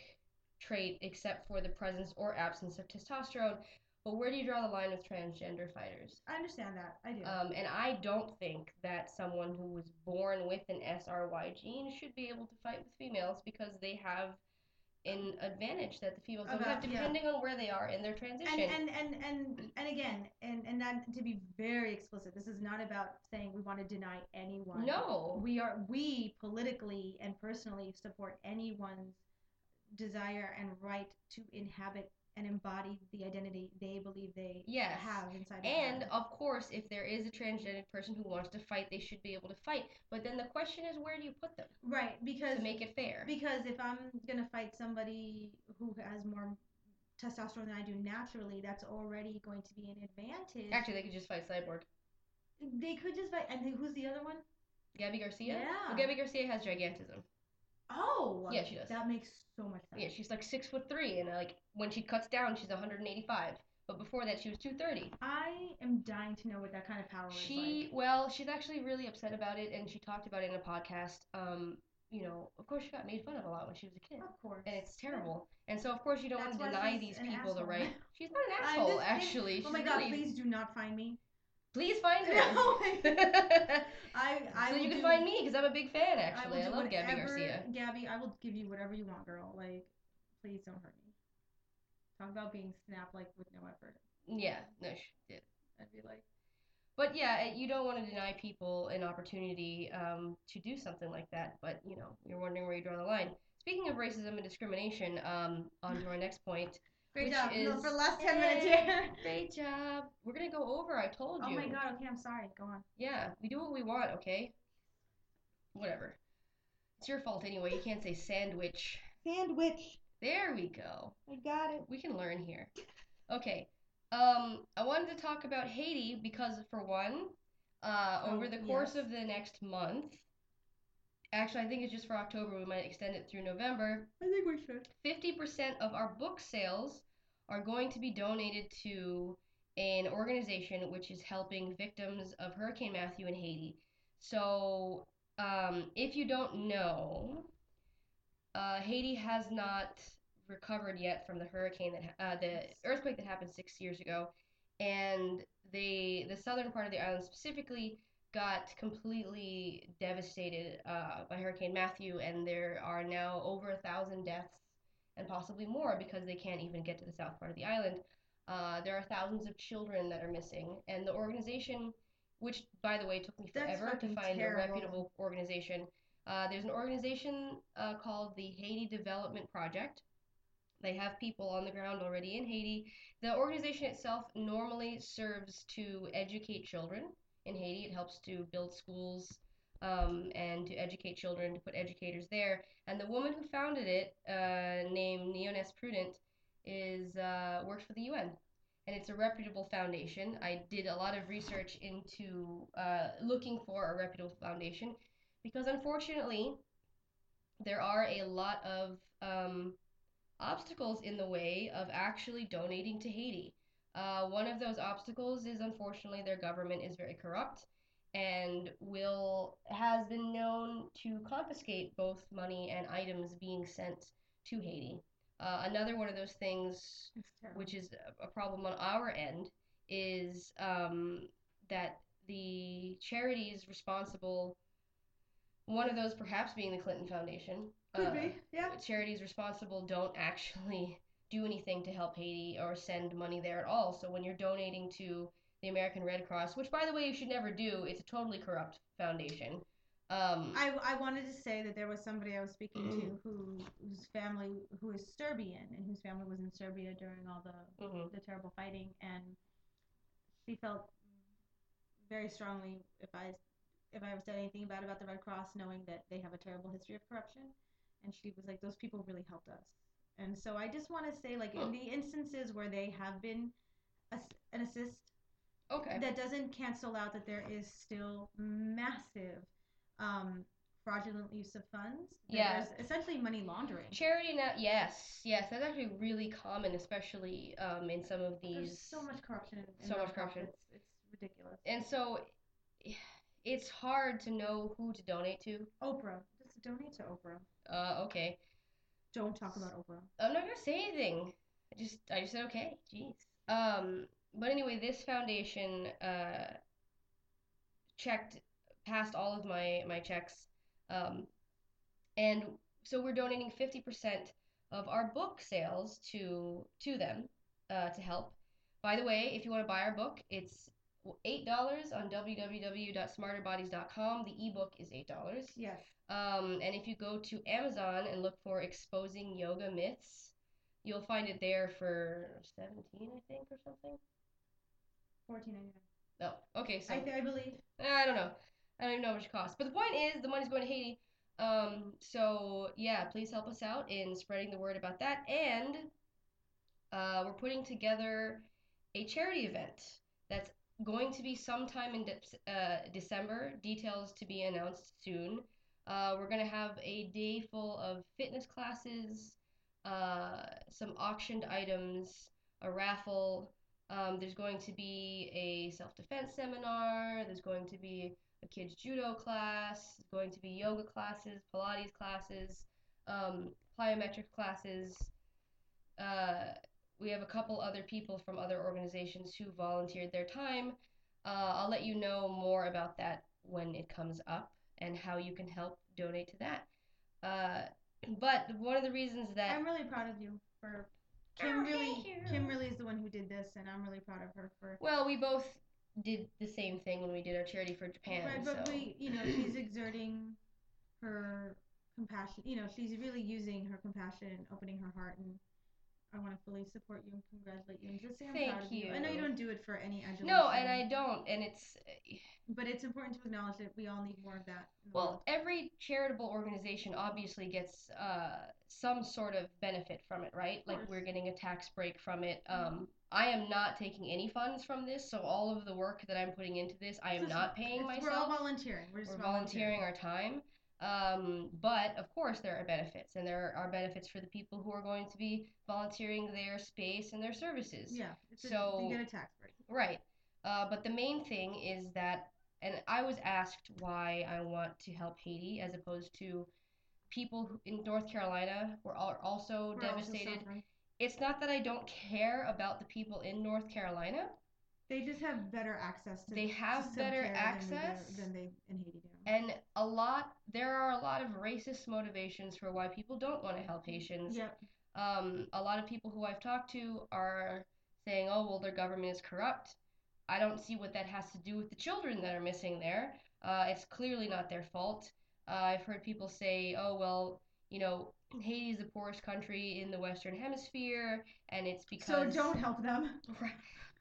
[SPEAKER 1] trait except for the presence or absence of testosterone. But where do you draw the line with transgender fighters?
[SPEAKER 2] I understand that. I do.
[SPEAKER 1] Um, and I don't think that someone who was born with an SRY gene should be able to fight with females because they have an advantage that the females don't
[SPEAKER 2] About-
[SPEAKER 1] have, depending on where they are in their transition.
[SPEAKER 2] and, Uh-huh, and and and and again, and and that to be very explicit, this is not about saying we want to deny anyone.
[SPEAKER 1] no,
[SPEAKER 2] we are we politically and personally support anyone's desire and right to inhabit and embody the identity they believe they
[SPEAKER 1] Yes.
[SPEAKER 2] have inside. of them.
[SPEAKER 1] and of course, if there is a transgender person who wants to fight, they should be able to fight. But then the question is, where do you put them
[SPEAKER 2] right because
[SPEAKER 1] to make it fair?
[SPEAKER 2] Because if I'm gonna fight somebody who has more testosterone than I do naturally, that's already going to be an advantage.
[SPEAKER 1] Actually, they could just fight Cyborg.
[SPEAKER 2] they could just fight. And then who's the other one?
[SPEAKER 1] Gabby Garcia. Well,
[SPEAKER 2] Yeah.
[SPEAKER 1] Gabby Garcia has gigantism.
[SPEAKER 2] Oh.
[SPEAKER 1] Yeah, she does.
[SPEAKER 2] That makes so much sense.
[SPEAKER 1] Yeah, she's like six foot three, and like when she cuts down, she's 185. But before that, she was 230.
[SPEAKER 2] I am dying to know what that kind of power
[SPEAKER 1] She, well, she's actually really upset about it, and she talked about it in a podcast. Um, you know, of course, she got made fun of a lot when she was a
[SPEAKER 2] is
[SPEAKER 1] kid,
[SPEAKER 2] like. Of course.
[SPEAKER 1] and it's terrible. And so, of course, you don't want to
[SPEAKER 2] That's why
[SPEAKER 1] deny these
[SPEAKER 2] she's an
[SPEAKER 1] people the
[SPEAKER 2] asshole.
[SPEAKER 1] right. She's not an
[SPEAKER 2] I'm
[SPEAKER 1] asshole,
[SPEAKER 2] just kidding.
[SPEAKER 1] actually.
[SPEAKER 2] Oh
[SPEAKER 1] She's
[SPEAKER 2] my god!
[SPEAKER 1] really-
[SPEAKER 2] Please do not find me.
[SPEAKER 1] please find her.
[SPEAKER 2] Oh my- I I
[SPEAKER 1] so
[SPEAKER 2] will
[SPEAKER 1] you can
[SPEAKER 2] do-
[SPEAKER 1] find me because I'm a big fan.
[SPEAKER 2] I will
[SPEAKER 1] Actually, I,
[SPEAKER 2] do
[SPEAKER 1] love Gabby
[SPEAKER 2] whatever-
[SPEAKER 1] Garcia.
[SPEAKER 2] Gabby, I will give you whatever you want, girl. Like, please don't hurt me. Talk about being snapped like with no effort.
[SPEAKER 1] Yeah, no, she did.
[SPEAKER 2] I'd be like.
[SPEAKER 1] But yeah, it- you don't want to deny people an opportunity um, to do something like that. But you know, you're wondering where you draw the line. Speaking of racism and discrimination, um, on to our next point.
[SPEAKER 2] Great
[SPEAKER 1] which
[SPEAKER 2] job. No,
[SPEAKER 1] is-
[SPEAKER 2] for the last 10 minutes
[SPEAKER 1] Yay.
[SPEAKER 2] here.
[SPEAKER 1] Great job. We're gonna go over. I told
[SPEAKER 2] Oh
[SPEAKER 1] you.
[SPEAKER 2] my god, okay, I'm sorry. Go on.
[SPEAKER 1] Yeah, we do what we want. Okay. Whatever. It's your fault anyway. You can't say sandwich.
[SPEAKER 2] Sandwich.
[SPEAKER 1] There we go.
[SPEAKER 2] I got it.
[SPEAKER 1] We can learn here. Okay. Um, I wanted to talk about Haiti because, for one, uh,
[SPEAKER 2] Oh,
[SPEAKER 1] over the course
[SPEAKER 2] yes.
[SPEAKER 1] of the next month, Actually, I think it's just for October. We might extend it through November.
[SPEAKER 2] I think we should.
[SPEAKER 1] 50% of our book sales are going to be donated to an organization which is helping victims of Hurricane Matthew in Haiti. So, um, if you don't know, uh, Haiti has not recovered yet from the hurricane that ha- uh, the earthquake that happened six years ago, and they the southern part of the island specifically got completely devastated uh, by Hurricane Matthew, and there are now over a thousand deaths and possibly more because they can't even get to the south part of the island. Uh, there are thousands of children that are missing, and the organization, which by the way took me
[SPEAKER 2] That's
[SPEAKER 1] forever to
[SPEAKER 2] fucking
[SPEAKER 1] find
[SPEAKER 2] terrible.
[SPEAKER 1] a reputable organization. Uh, there's an organization uh, called the Haiti Development Project. They have people on the ground already in Haiti. The organization itself normally serves to educate children in Haiti. It helps to build schools um, and to educate children, to put educators there. And the woman who founded it, uh, named Neoness Prudent, is uh, works for the UN, and it's a reputable foundation. I did a lot of research into uh, looking for a reputable foundation because unfortunately, there are a lot of um, obstacles in the way of actually donating to Haiti. Uh, one of those obstacles is unfortunately their government is very corrupt and will has been known to confiscate both money and items being sent to Haiti. Uh, another one of those things
[SPEAKER 2] It's terrible.
[SPEAKER 1] which is a- a problem on our end, is um, that the charities responsible, one of those perhaps being the Clinton Foundation,
[SPEAKER 2] Could
[SPEAKER 1] uh,
[SPEAKER 2] be. Yeah.
[SPEAKER 1] charities responsible don't actually do anything to help Haiti or send money there at all. So when you're donating to the American Red Cross, which by the way you should never do, it's a totally corrupt foundation. Um,
[SPEAKER 2] I, I wanted to say that there was somebody I was speaking to who whose family who is Serbian and whose family was in Serbia during all the
[SPEAKER 1] mhm.
[SPEAKER 2] the terrible fighting and she felt very strongly if I if I ever said anything bad about the Red Cross knowing that they have a terrible history of corruption and she was like those people really helped us and so I just want to say like
[SPEAKER 1] Hmm.
[SPEAKER 2] in the instances where they have been ass- an assist
[SPEAKER 1] Okay.
[SPEAKER 2] that doesn't cancel out that there is still massive um, fraudulent use of funds. that
[SPEAKER 1] Yeah.
[SPEAKER 2] There's essentially money laundering.
[SPEAKER 1] Charity now, yes, yes, that's actually really common, especially um, in some of
[SPEAKER 2] There's
[SPEAKER 1] these.
[SPEAKER 2] so much corruption. in- in
[SPEAKER 1] So much
[SPEAKER 2] nonprofits.
[SPEAKER 1] corruption.
[SPEAKER 2] It's, it's ridiculous.
[SPEAKER 1] and so, it's hard to know who to donate to.
[SPEAKER 2] Oprah. Just donate to Oprah.
[SPEAKER 1] Uh, okay,
[SPEAKER 2] Don't talk about Oprah.
[SPEAKER 1] I'm not gonna Oh, say anything. I just, I just said okay. Jeez. Um, but anyway, this foundation uh, checked passed all of my my checks, um, and so we're donating 50% of our book sales to to them uh, to help. By the way, if you want to buy our book, it's eight dollars on www.smarterbodies.com. The ebook is eight dollars.
[SPEAKER 2] Yes.
[SPEAKER 1] Um, and if you go to Amazon and look for Exposing Yoga Myths, you'll find it there for 17, I think, or something.
[SPEAKER 2] Fourteen ninety
[SPEAKER 1] No. Okay, so
[SPEAKER 2] nine. I, th- I believe.
[SPEAKER 1] Uh, I don't know. I don't even know how much it costs. But the point is, the money's going to Haiti. Um, so yeah, please help us out in spreading the word about that. And uh, we're putting together a charity event that's going to be sometime in de- uh, December. Details to be announced soon. Uh, we're gonna have a day full of fitness classes, uh, some auctioned items, a raffle. Um, there's going to be a self defense seminar. There's going to be a kids' judo class. There's going to be yoga classes, Pilates classes, um, plyometric classes. Uh, we have a couple other people from other organizations who volunteered their time. Uh, I'll let you know more about that when it comes up and how you can help donate to that. Uh, but one of the reasons that
[SPEAKER 2] I'm really proud of you for. Kim
[SPEAKER 1] Oh,
[SPEAKER 2] really,
[SPEAKER 1] thank you.
[SPEAKER 2] Kim really is the one who did this, and I'm really proud of her for.
[SPEAKER 1] Well, we both did the same thing when we did our charity for Japan.
[SPEAKER 2] right, but
[SPEAKER 1] so
[SPEAKER 2] we, you know, she's exerting her compassion. You know, she's really using her compassion and opening her heart. And I want to fully support you and congratulate you and just say I'm proud
[SPEAKER 1] Thank
[SPEAKER 2] of you. I know you
[SPEAKER 1] you.
[SPEAKER 2] don't do it for any adulation.
[SPEAKER 1] no, and I don't, and it's
[SPEAKER 2] But it's important to acknowledge that we all need more of that. In the
[SPEAKER 1] well,
[SPEAKER 2] world.
[SPEAKER 1] every charitable organization obviously gets uh, some sort of benefit from it, right? Like
[SPEAKER 2] course. Mm-hmm.
[SPEAKER 1] we're getting a tax break from it. Um, I am not taking any funds from this, so all of the work that I'm putting into this, I am
[SPEAKER 2] It's just-
[SPEAKER 1] not paying myself.
[SPEAKER 2] it's- We're all volunteering. We're just
[SPEAKER 1] We're volunteering our time. Um, but of course, there are benefits, and there are benefits for the people who are going to be volunteering their space and their services.
[SPEAKER 2] Yeah. It's a-
[SPEAKER 1] So-
[SPEAKER 2] you get a tax break.
[SPEAKER 1] Right. Uh, but the main thing is that, and I was asked why I want to help Haiti as opposed to people who, in North Carolina were al- also
[SPEAKER 2] We're also
[SPEAKER 1] devastated.
[SPEAKER 2] suffering.
[SPEAKER 1] It's not that I don't care about the people in North Carolina.
[SPEAKER 2] They just have better access to.
[SPEAKER 1] They
[SPEAKER 2] to
[SPEAKER 1] have
[SPEAKER 2] some
[SPEAKER 1] better
[SPEAKER 2] care than we do-
[SPEAKER 1] access.
[SPEAKER 2] than they in Haiti do.
[SPEAKER 1] And a lot, there are a lot of racist motivations for why people don't want to help Haitians.
[SPEAKER 2] Yep.
[SPEAKER 1] Um, a lot of people who I've talked to are saying, oh, well, their government is corrupt. I don't see what that has to do with the children that are missing there. Uh, it's clearly not their fault. Uh, I've heard people say, oh, well, you know, Haiti is the poorest country in the Western Hemisphere, and it's
[SPEAKER 2] So
[SPEAKER 1] because.
[SPEAKER 2] don't help them.
[SPEAKER 1] Right.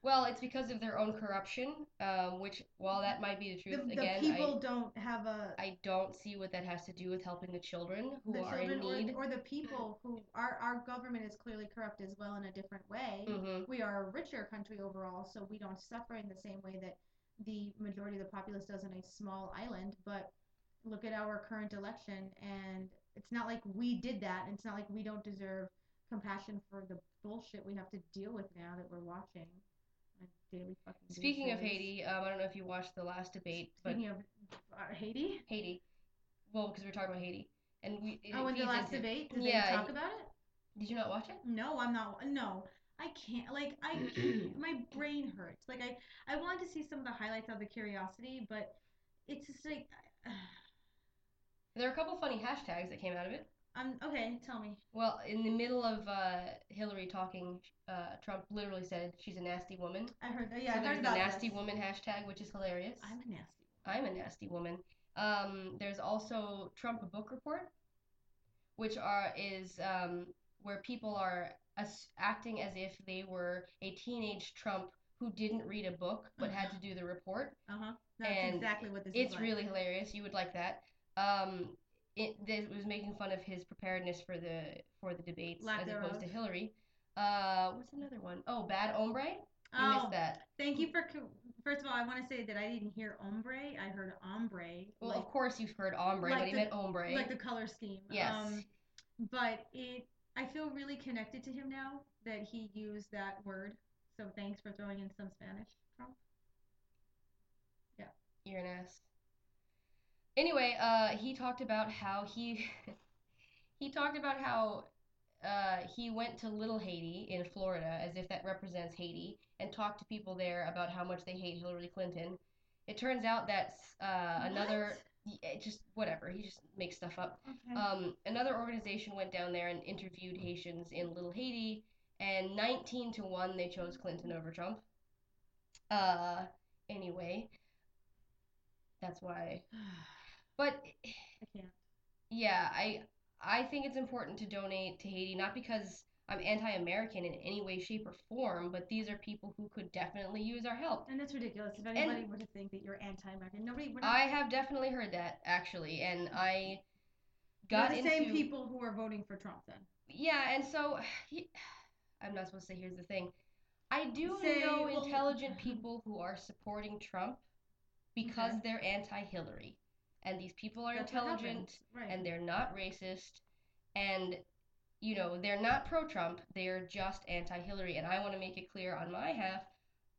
[SPEAKER 1] Well, it's because of their own corruption, um, which, while that might be the
[SPEAKER 2] The,
[SPEAKER 1] truth,
[SPEAKER 2] the
[SPEAKER 1] again,
[SPEAKER 2] people don't have a.
[SPEAKER 1] I, I don't see what that has to do with helping the children who
[SPEAKER 2] the
[SPEAKER 1] are
[SPEAKER 2] children
[SPEAKER 1] in need.
[SPEAKER 2] or, or the people who our our government is clearly corrupt as well in a different way.
[SPEAKER 1] Mhm.
[SPEAKER 2] We are a richer country overall, so we don't suffer in the same way that the majority of the populace does on a small island. But look at our current election, and it's not like we did that, and it's not like we don't deserve compassion for the bullshit we have to deal with now that we're watching on a daily fucking.
[SPEAKER 1] Speaking of
[SPEAKER 2] basis.
[SPEAKER 1] Haiti, um, I don't know if you watched the last debate, but
[SPEAKER 2] Speaking of uh, Haiti.
[SPEAKER 1] Haiti. Well, because we're talking about Haiti, and we. it
[SPEAKER 2] Oh, in the
[SPEAKER 1] feeds
[SPEAKER 2] last
[SPEAKER 1] into-
[SPEAKER 2] debate, did
[SPEAKER 1] Yeah,
[SPEAKER 2] they
[SPEAKER 1] and-
[SPEAKER 2] talk about it?
[SPEAKER 1] Did you not watch it?
[SPEAKER 2] No, I'm not. No, I can't. Like I, can't, my brain hurts. Like I, I wanted to see some of the highlights out of the curiosity, but it's just like,
[SPEAKER 1] There are a couple funny hashtags that came out of it.
[SPEAKER 2] I'm okay. Tell me.
[SPEAKER 1] Well, in the middle of uh, Hillary talking, uh, Trump literally said she's a nasty woman.
[SPEAKER 2] I heard that. Yeah,
[SPEAKER 1] so
[SPEAKER 2] I
[SPEAKER 1] there's
[SPEAKER 2] heard
[SPEAKER 1] the
[SPEAKER 2] about
[SPEAKER 1] nasty
[SPEAKER 2] this.
[SPEAKER 1] woman hashtag, which is hilarious.
[SPEAKER 2] I'm a nasty.
[SPEAKER 1] I'm a nasty woman. Um, there's also Trump Book Report, which are is um, where people are as, acting as if they were a teenage Trump who didn't read a book but had to do the report.
[SPEAKER 2] Uh huh. That's
[SPEAKER 1] And
[SPEAKER 2] exactly what this is.
[SPEAKER 1] It's
[SPEAKER 2] like.
[SPEAKER 1] really hilarious. You would like that. Um, it, this was making fun of his preparedness for the for the debates
[SPEAKER 2] Lack
[SPEAKER 1] as opposed to
[SPEAKER 2] thereof.
[SPEAKER 1] Hillary. Uh, what's another one? Oh, Bad Ombre. You
[SPEAKER 2] Oh,
[SPEAKER 1] missed that.
[SPEAKER 2] thank you for. co- First of all, I want to say that I didn't hear ombre. I heard ombre.
[SPEAKER 1] Well,
[SPEAKER 2] like,
[SPEAKER 1] of course you've heard ombre,
[SPEAKER 2] like
[SPEAKER 1] but he
[SPEAKER 2] the-
[SPEAKER 1] meant ombre.
[SPEAKER 2] like the color scheme.
[SPEAKER 1] Yes.
[SPEAKER 2] Um, but it, I feel really connected to him now that he used that word. So thanks for throwing in some Spanish, Trump.
[SPEAKER 1] You're an ass. Anyway, uh, he talked about how he he talked about how uh, he went to Little Haiti in Florida, as if that represents Haiti, and talked to people there about how much they hate Hillary Clinton. It turns out that's uh, another y- it just whatever. He just makes stuff up.
[SPEAKER 2] What? Okay.
[SPEAKER 1] Um, another organization went down there and interviewed Haitians in Little Haiti, and 19 to 1 they chose Clinton over Trump. Uh, anyway, that's why. But
[SPEAKER 2] I can't.
[SPEAKER 1] yeah, I I think it's important to donate to Haiti, not because I'm anti-American in any way, shape, or form, but these are people who could definitely use our help.
[SPEAKER 2] And that's ridiculous. If anybody were to think that you're anti-American, nobody. We're not,
[SPEAKER 1] I have definitely heard that actually, and I
[SPEAKER 2] we're
[SPEAKER 1] got
[SPEAKER 2] the
[SPEAKER 1] into
[SPEAKER 2] same people who are voting for Trump. Then
[SPEAKER 1] Yeah, and so he- I'm not supposed to say here's the thing. I do
[SPEAKER 2] Say,
[SPEAKER 1] know
[SPEAKER 2] well-
[SPEAKER 1] intelligent people who are supporting Trump because they're anti-Hillary. And these people are
[SPEAKER 2] That's what
[SPEAKER 1] intelligent
[SPEAKER 2] happens, right?
[SPEAKER 1] and they're not racist and you know, they're not pro-Trump, they're just anti-Hillary and I want to make it clear on my half,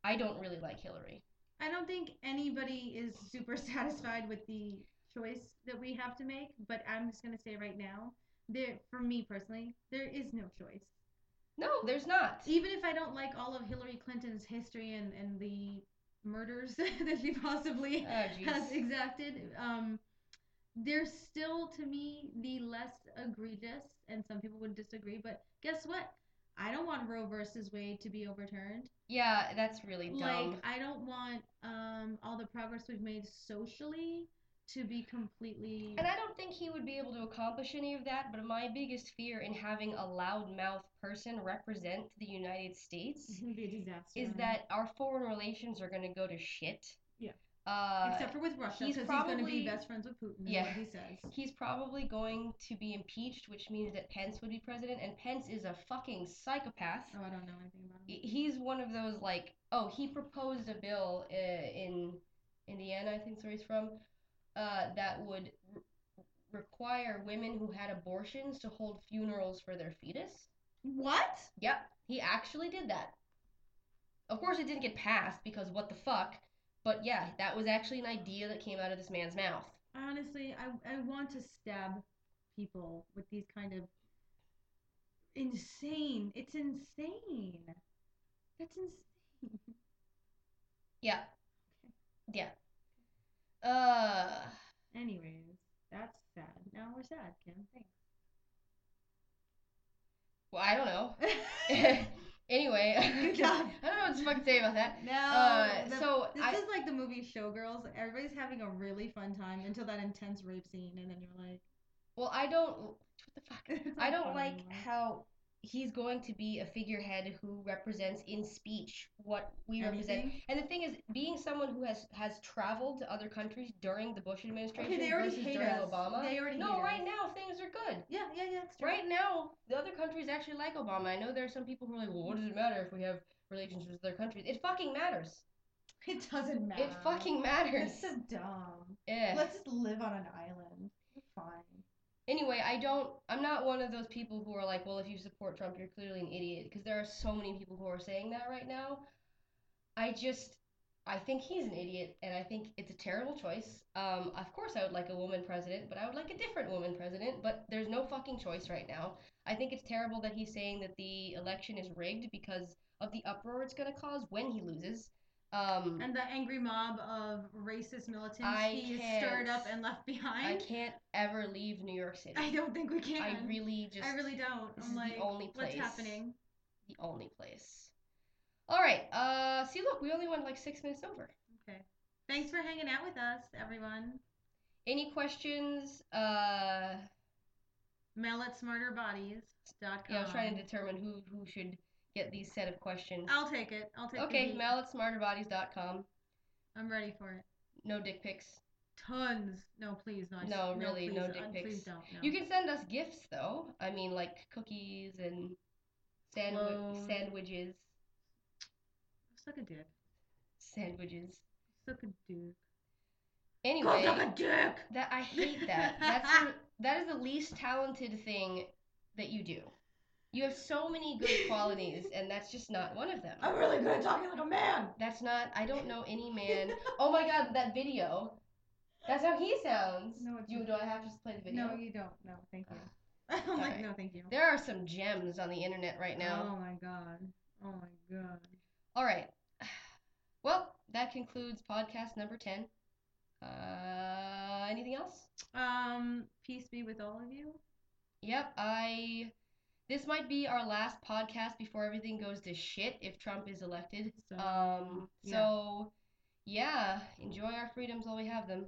[SPEAKER 1] I don't really like Hillary.
[SPEAKER 2] I don't think anybody is super satisfied with the choice that we have to make, but I'm just gonna say right now, there for me personally, there is no choice.
[SPEAKER 1] No, there's not.
[SPEAKER 2] Even if I don't like all of Hillary Clinton's history and, and the murders that she possibly
[SPEAKER 1] Oh
[SPEAKER 2] has
[SPEAKER 1] jeez.
[SPEAKER 2] exacted, um, they're still to me the less egregious, and some people would disagree, but guess what? I don't want Roe versus Wade to be overturned.
[SPEAKER 1] Yeah, that's really dumb.
[SPEAKER 2] Like, I don't want um, all the progress we've made socially to be completely.
[SPEAKER 1] And I don't think he would be able to accomplish any of that, but my biggest fear in having a loudmouth person represent the United
[SPEAKER 2] It's
[SPEAKER 1] States
[SPEAKER 2] gonna be a disaster.
[SPEAKER 1] is that our foreign relations are going to go to shit.
[SPEAKER 2] Yeah.
[SPEAKER 1] Uh,
[SPEAKER 2] except for with Russia,
[SPEAKER 1] he's
[SPEAKER 2] because he's going to
[SPEAKER 1] probably-
[SPEAKER 2] be best friends with Putin.
[SPEAKER 1] Yeah.
[SPEAKER 2] Yeah, what he says.
[SPEAKER 1] he's probably going to be impeached, which means that Pence would be president, and Pence is a fucking psychopath.
[SPEAKER 2] Oh, I don't know anything about him.
[SPEAKER 1] He- He's one of those like, oh, he proposed a bill uh, in Indiana, I think is where he's from, uh, that would r- require women who had abortions to hold funerals for their fetus.
[SPEAKER 3] What?
[SPEAKER 1] Yep, he actually did that. Of course, it didn't get passed because what the fuck? But yeah, that was actually an idea that came out of this man's mouth.
[SPEAKER 2] Honestly, I, I want to stab people with these kind of insane. It's insane. That's insane.
[SPEAKER 1] Yeah. Yeah. Uh,
[SPEAKER 2] Anyways, that's sad. Now we're sad, Kim.
[SPEAKER 1] well, I don't know.
[SPEAKER 2] Thanks.
[SPEAKER 1] anyway,
[SPEAKER 2] Good job.
[SPEAKER 1] I don't know what the fuck to say about that.
[SPEAKER 2] no.
[SPEAKER 1] Uh,
[SPEAKER 2] Oh, the-
[SPEAKER 1] so
[SPEAKER 2] this
[SPEAKER 1] I,
[SPEAKER 2] is like the movie Showgirls. Everybody's having a really fun time until that intense rape scene, and then you're like,
[SPEAKER 1] well, I don't. What the fuck?
[SPEAKER 2] it's not
[SPEAKER 1] I don't
[SPEAKER 2] fun
[SPEAKER 1] like
[SPEAKER 2] anymore.
[SPEAKER 1] how he's going to be a figurehead who represents in speech what we represent.
[SPEAKER 2] Anything?
[SPEAKER 1] And the thing is, being someone who has has traveled to other countries during the Bush administration
[SPEAKER 2] Okay, they already
[SPEAKER 1] versus
[SPEAKER 2] hate
[SPEAKER 1] during
[SPEAKER 2] us.
[SPEAKER 1] Obama.
[SPEAKER 2] They already
[SPEAKER 1] no,
[SPEAKER 2] hate
[SPEAKER 1] right
[SPEAKER 2] us.
[SPEAKER 1] now things are good.
[SPEAKER 2] Yeah, yeah, yeah. It's true.
[SPEAKER 1] Right now, the other countries actually like Obama. I know there are some people who are like, well, what does it matter if we have relationships with other countries? It fucking matters.
[SPEAKER 2] It doesn't matter.
[SPEAKER 1] It fucking matters.
[SPEAKER 2] That's so dumb.
[SPEAKER 1] Eh.
[SPEAKER 2] Let's just live on an island. We're Fine.
[SPEAKER 1] Anyway, I don't. I'm not one of those people who are like, well, if you support Trump, you're clearly an idiot. Because there are so many people who are saying that right now. I just, I think he's an idiot, and I think it's a terrible choice. Um, of course, I would like a woman president, but I would like a different woman president. But there's no fucking choice right now. I think it's terrible that he's saying that the election is rigged because of the uproar it's gonna cause when he loses. Um,
[SPEAKER 2] And the angry mob of racist militants
[SPEAKER 1] I
[SPEAKER 2] he
[SPEAKER 1] can't.
[SPEAKER 2] is stirred up and left
[SPEAKER 1] I
[SPEAKER 2] behind.
[SPEAKER 1] can't ever leave New York City.
[SPEAKER 2] I don't think we can.
[SPEAKER 1] I really just.
[SPEAKER 2] I really don't.
[SPEAKER 1] this
[SPEAKER 2] I'm
[SPEAKER 1] is
[SPEAKER 2] like,
[SPEAKER 1] the only place.
[SPEAKER 2] what's happening?
[SPEAKER 1] the only place. All right. Uh, see, look, we only went like six minutes over.
[SPEAKER 2] Okay. Thanks for hanging out with us, everyone.
[SPEAKER 1] Any questions? Uh,
[SPEAKER 2] Mail at smarterbodies.com.
[SPEAKER 1] yeah, I was trying to determine who who should get these set of questions.
[SPEAKER 2] Um, I'll take it. I'll take the
[SPEAKER 1] Okay,
[SPEAKER 2] heat.
[SPEAKER 1] Mel at smarterbodies.com.
[SPEAKER 2] I'm ready for it.
[SPEAKER 1] No dick pics.
[SPEAKER 2] Tons. No, please, not.
[SPEAKER 1] No, really,
[SPEAKER 2] please,
[SPEAKER 1] no dick
[SPEAKER 2] uh,
[SPEAKER 1] pics.
[SPEAKER 2] Please don't. No.
[SPEAKER 1] You can send us gifts though. I mean, like cookies and sandwi-
[SPEAKER 2] Clothes.
[SPEAKER 1] sandwiches,
[SPEAKER 2] suck a dick.
[SPEAKER 1] sandwiches.
[SPEAKER 2] Suck a dick. Go
[SPEAKER 1] Anyway,
[SPEAKER 2] suck a dick.
[SPEAKER 1] that I hate that. That's the, that is the least talented thing that you do. You have so many good qualities, and that's just not one of them.
[SPEAKER 2] I'm really good at talking like a man.
[SPEAKER 1] That's not. I don't know any man. Oh my god, that video. That's how he sounds.
[SPEAKER 2] No, it's
[SPEAKER 1] you
[SPEAKER 2] not.
[SPEAKER 1] do I have to play the video?
[SPEAKER 2] No, you don't. No, thank you.
[SPEAKER 1] Ugh.
[SPEAKER 2] I'm like,
[SPEAKER 1] Uh, Alright.
[SPEAKER 2] no, thank you.
[SPEAKER 1] There are some gems on the internet right now.
[SPEAKER 2] Oh my god. Oh my god. Oh.
[SPEAKER 1] All right. Well, that concludes podcast number ten. Uh, anything else?
[SPEAKER 2] Um, peace be with all of you.
[SPEAKER 1] Yep, I. This might be our last podcast before everything goes to shit if Trump is elected.
[SPEAKER 2] So,
[SPEAKER 1] Um,
[SPEAKER 2] Mm-hmm. yeah.
[SPEAKER 1] so yeah, enjoy our freedoms while we have them.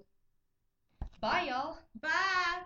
[SPEAKER 1] Bye, y'all.
[SPEAKER 2] Bye.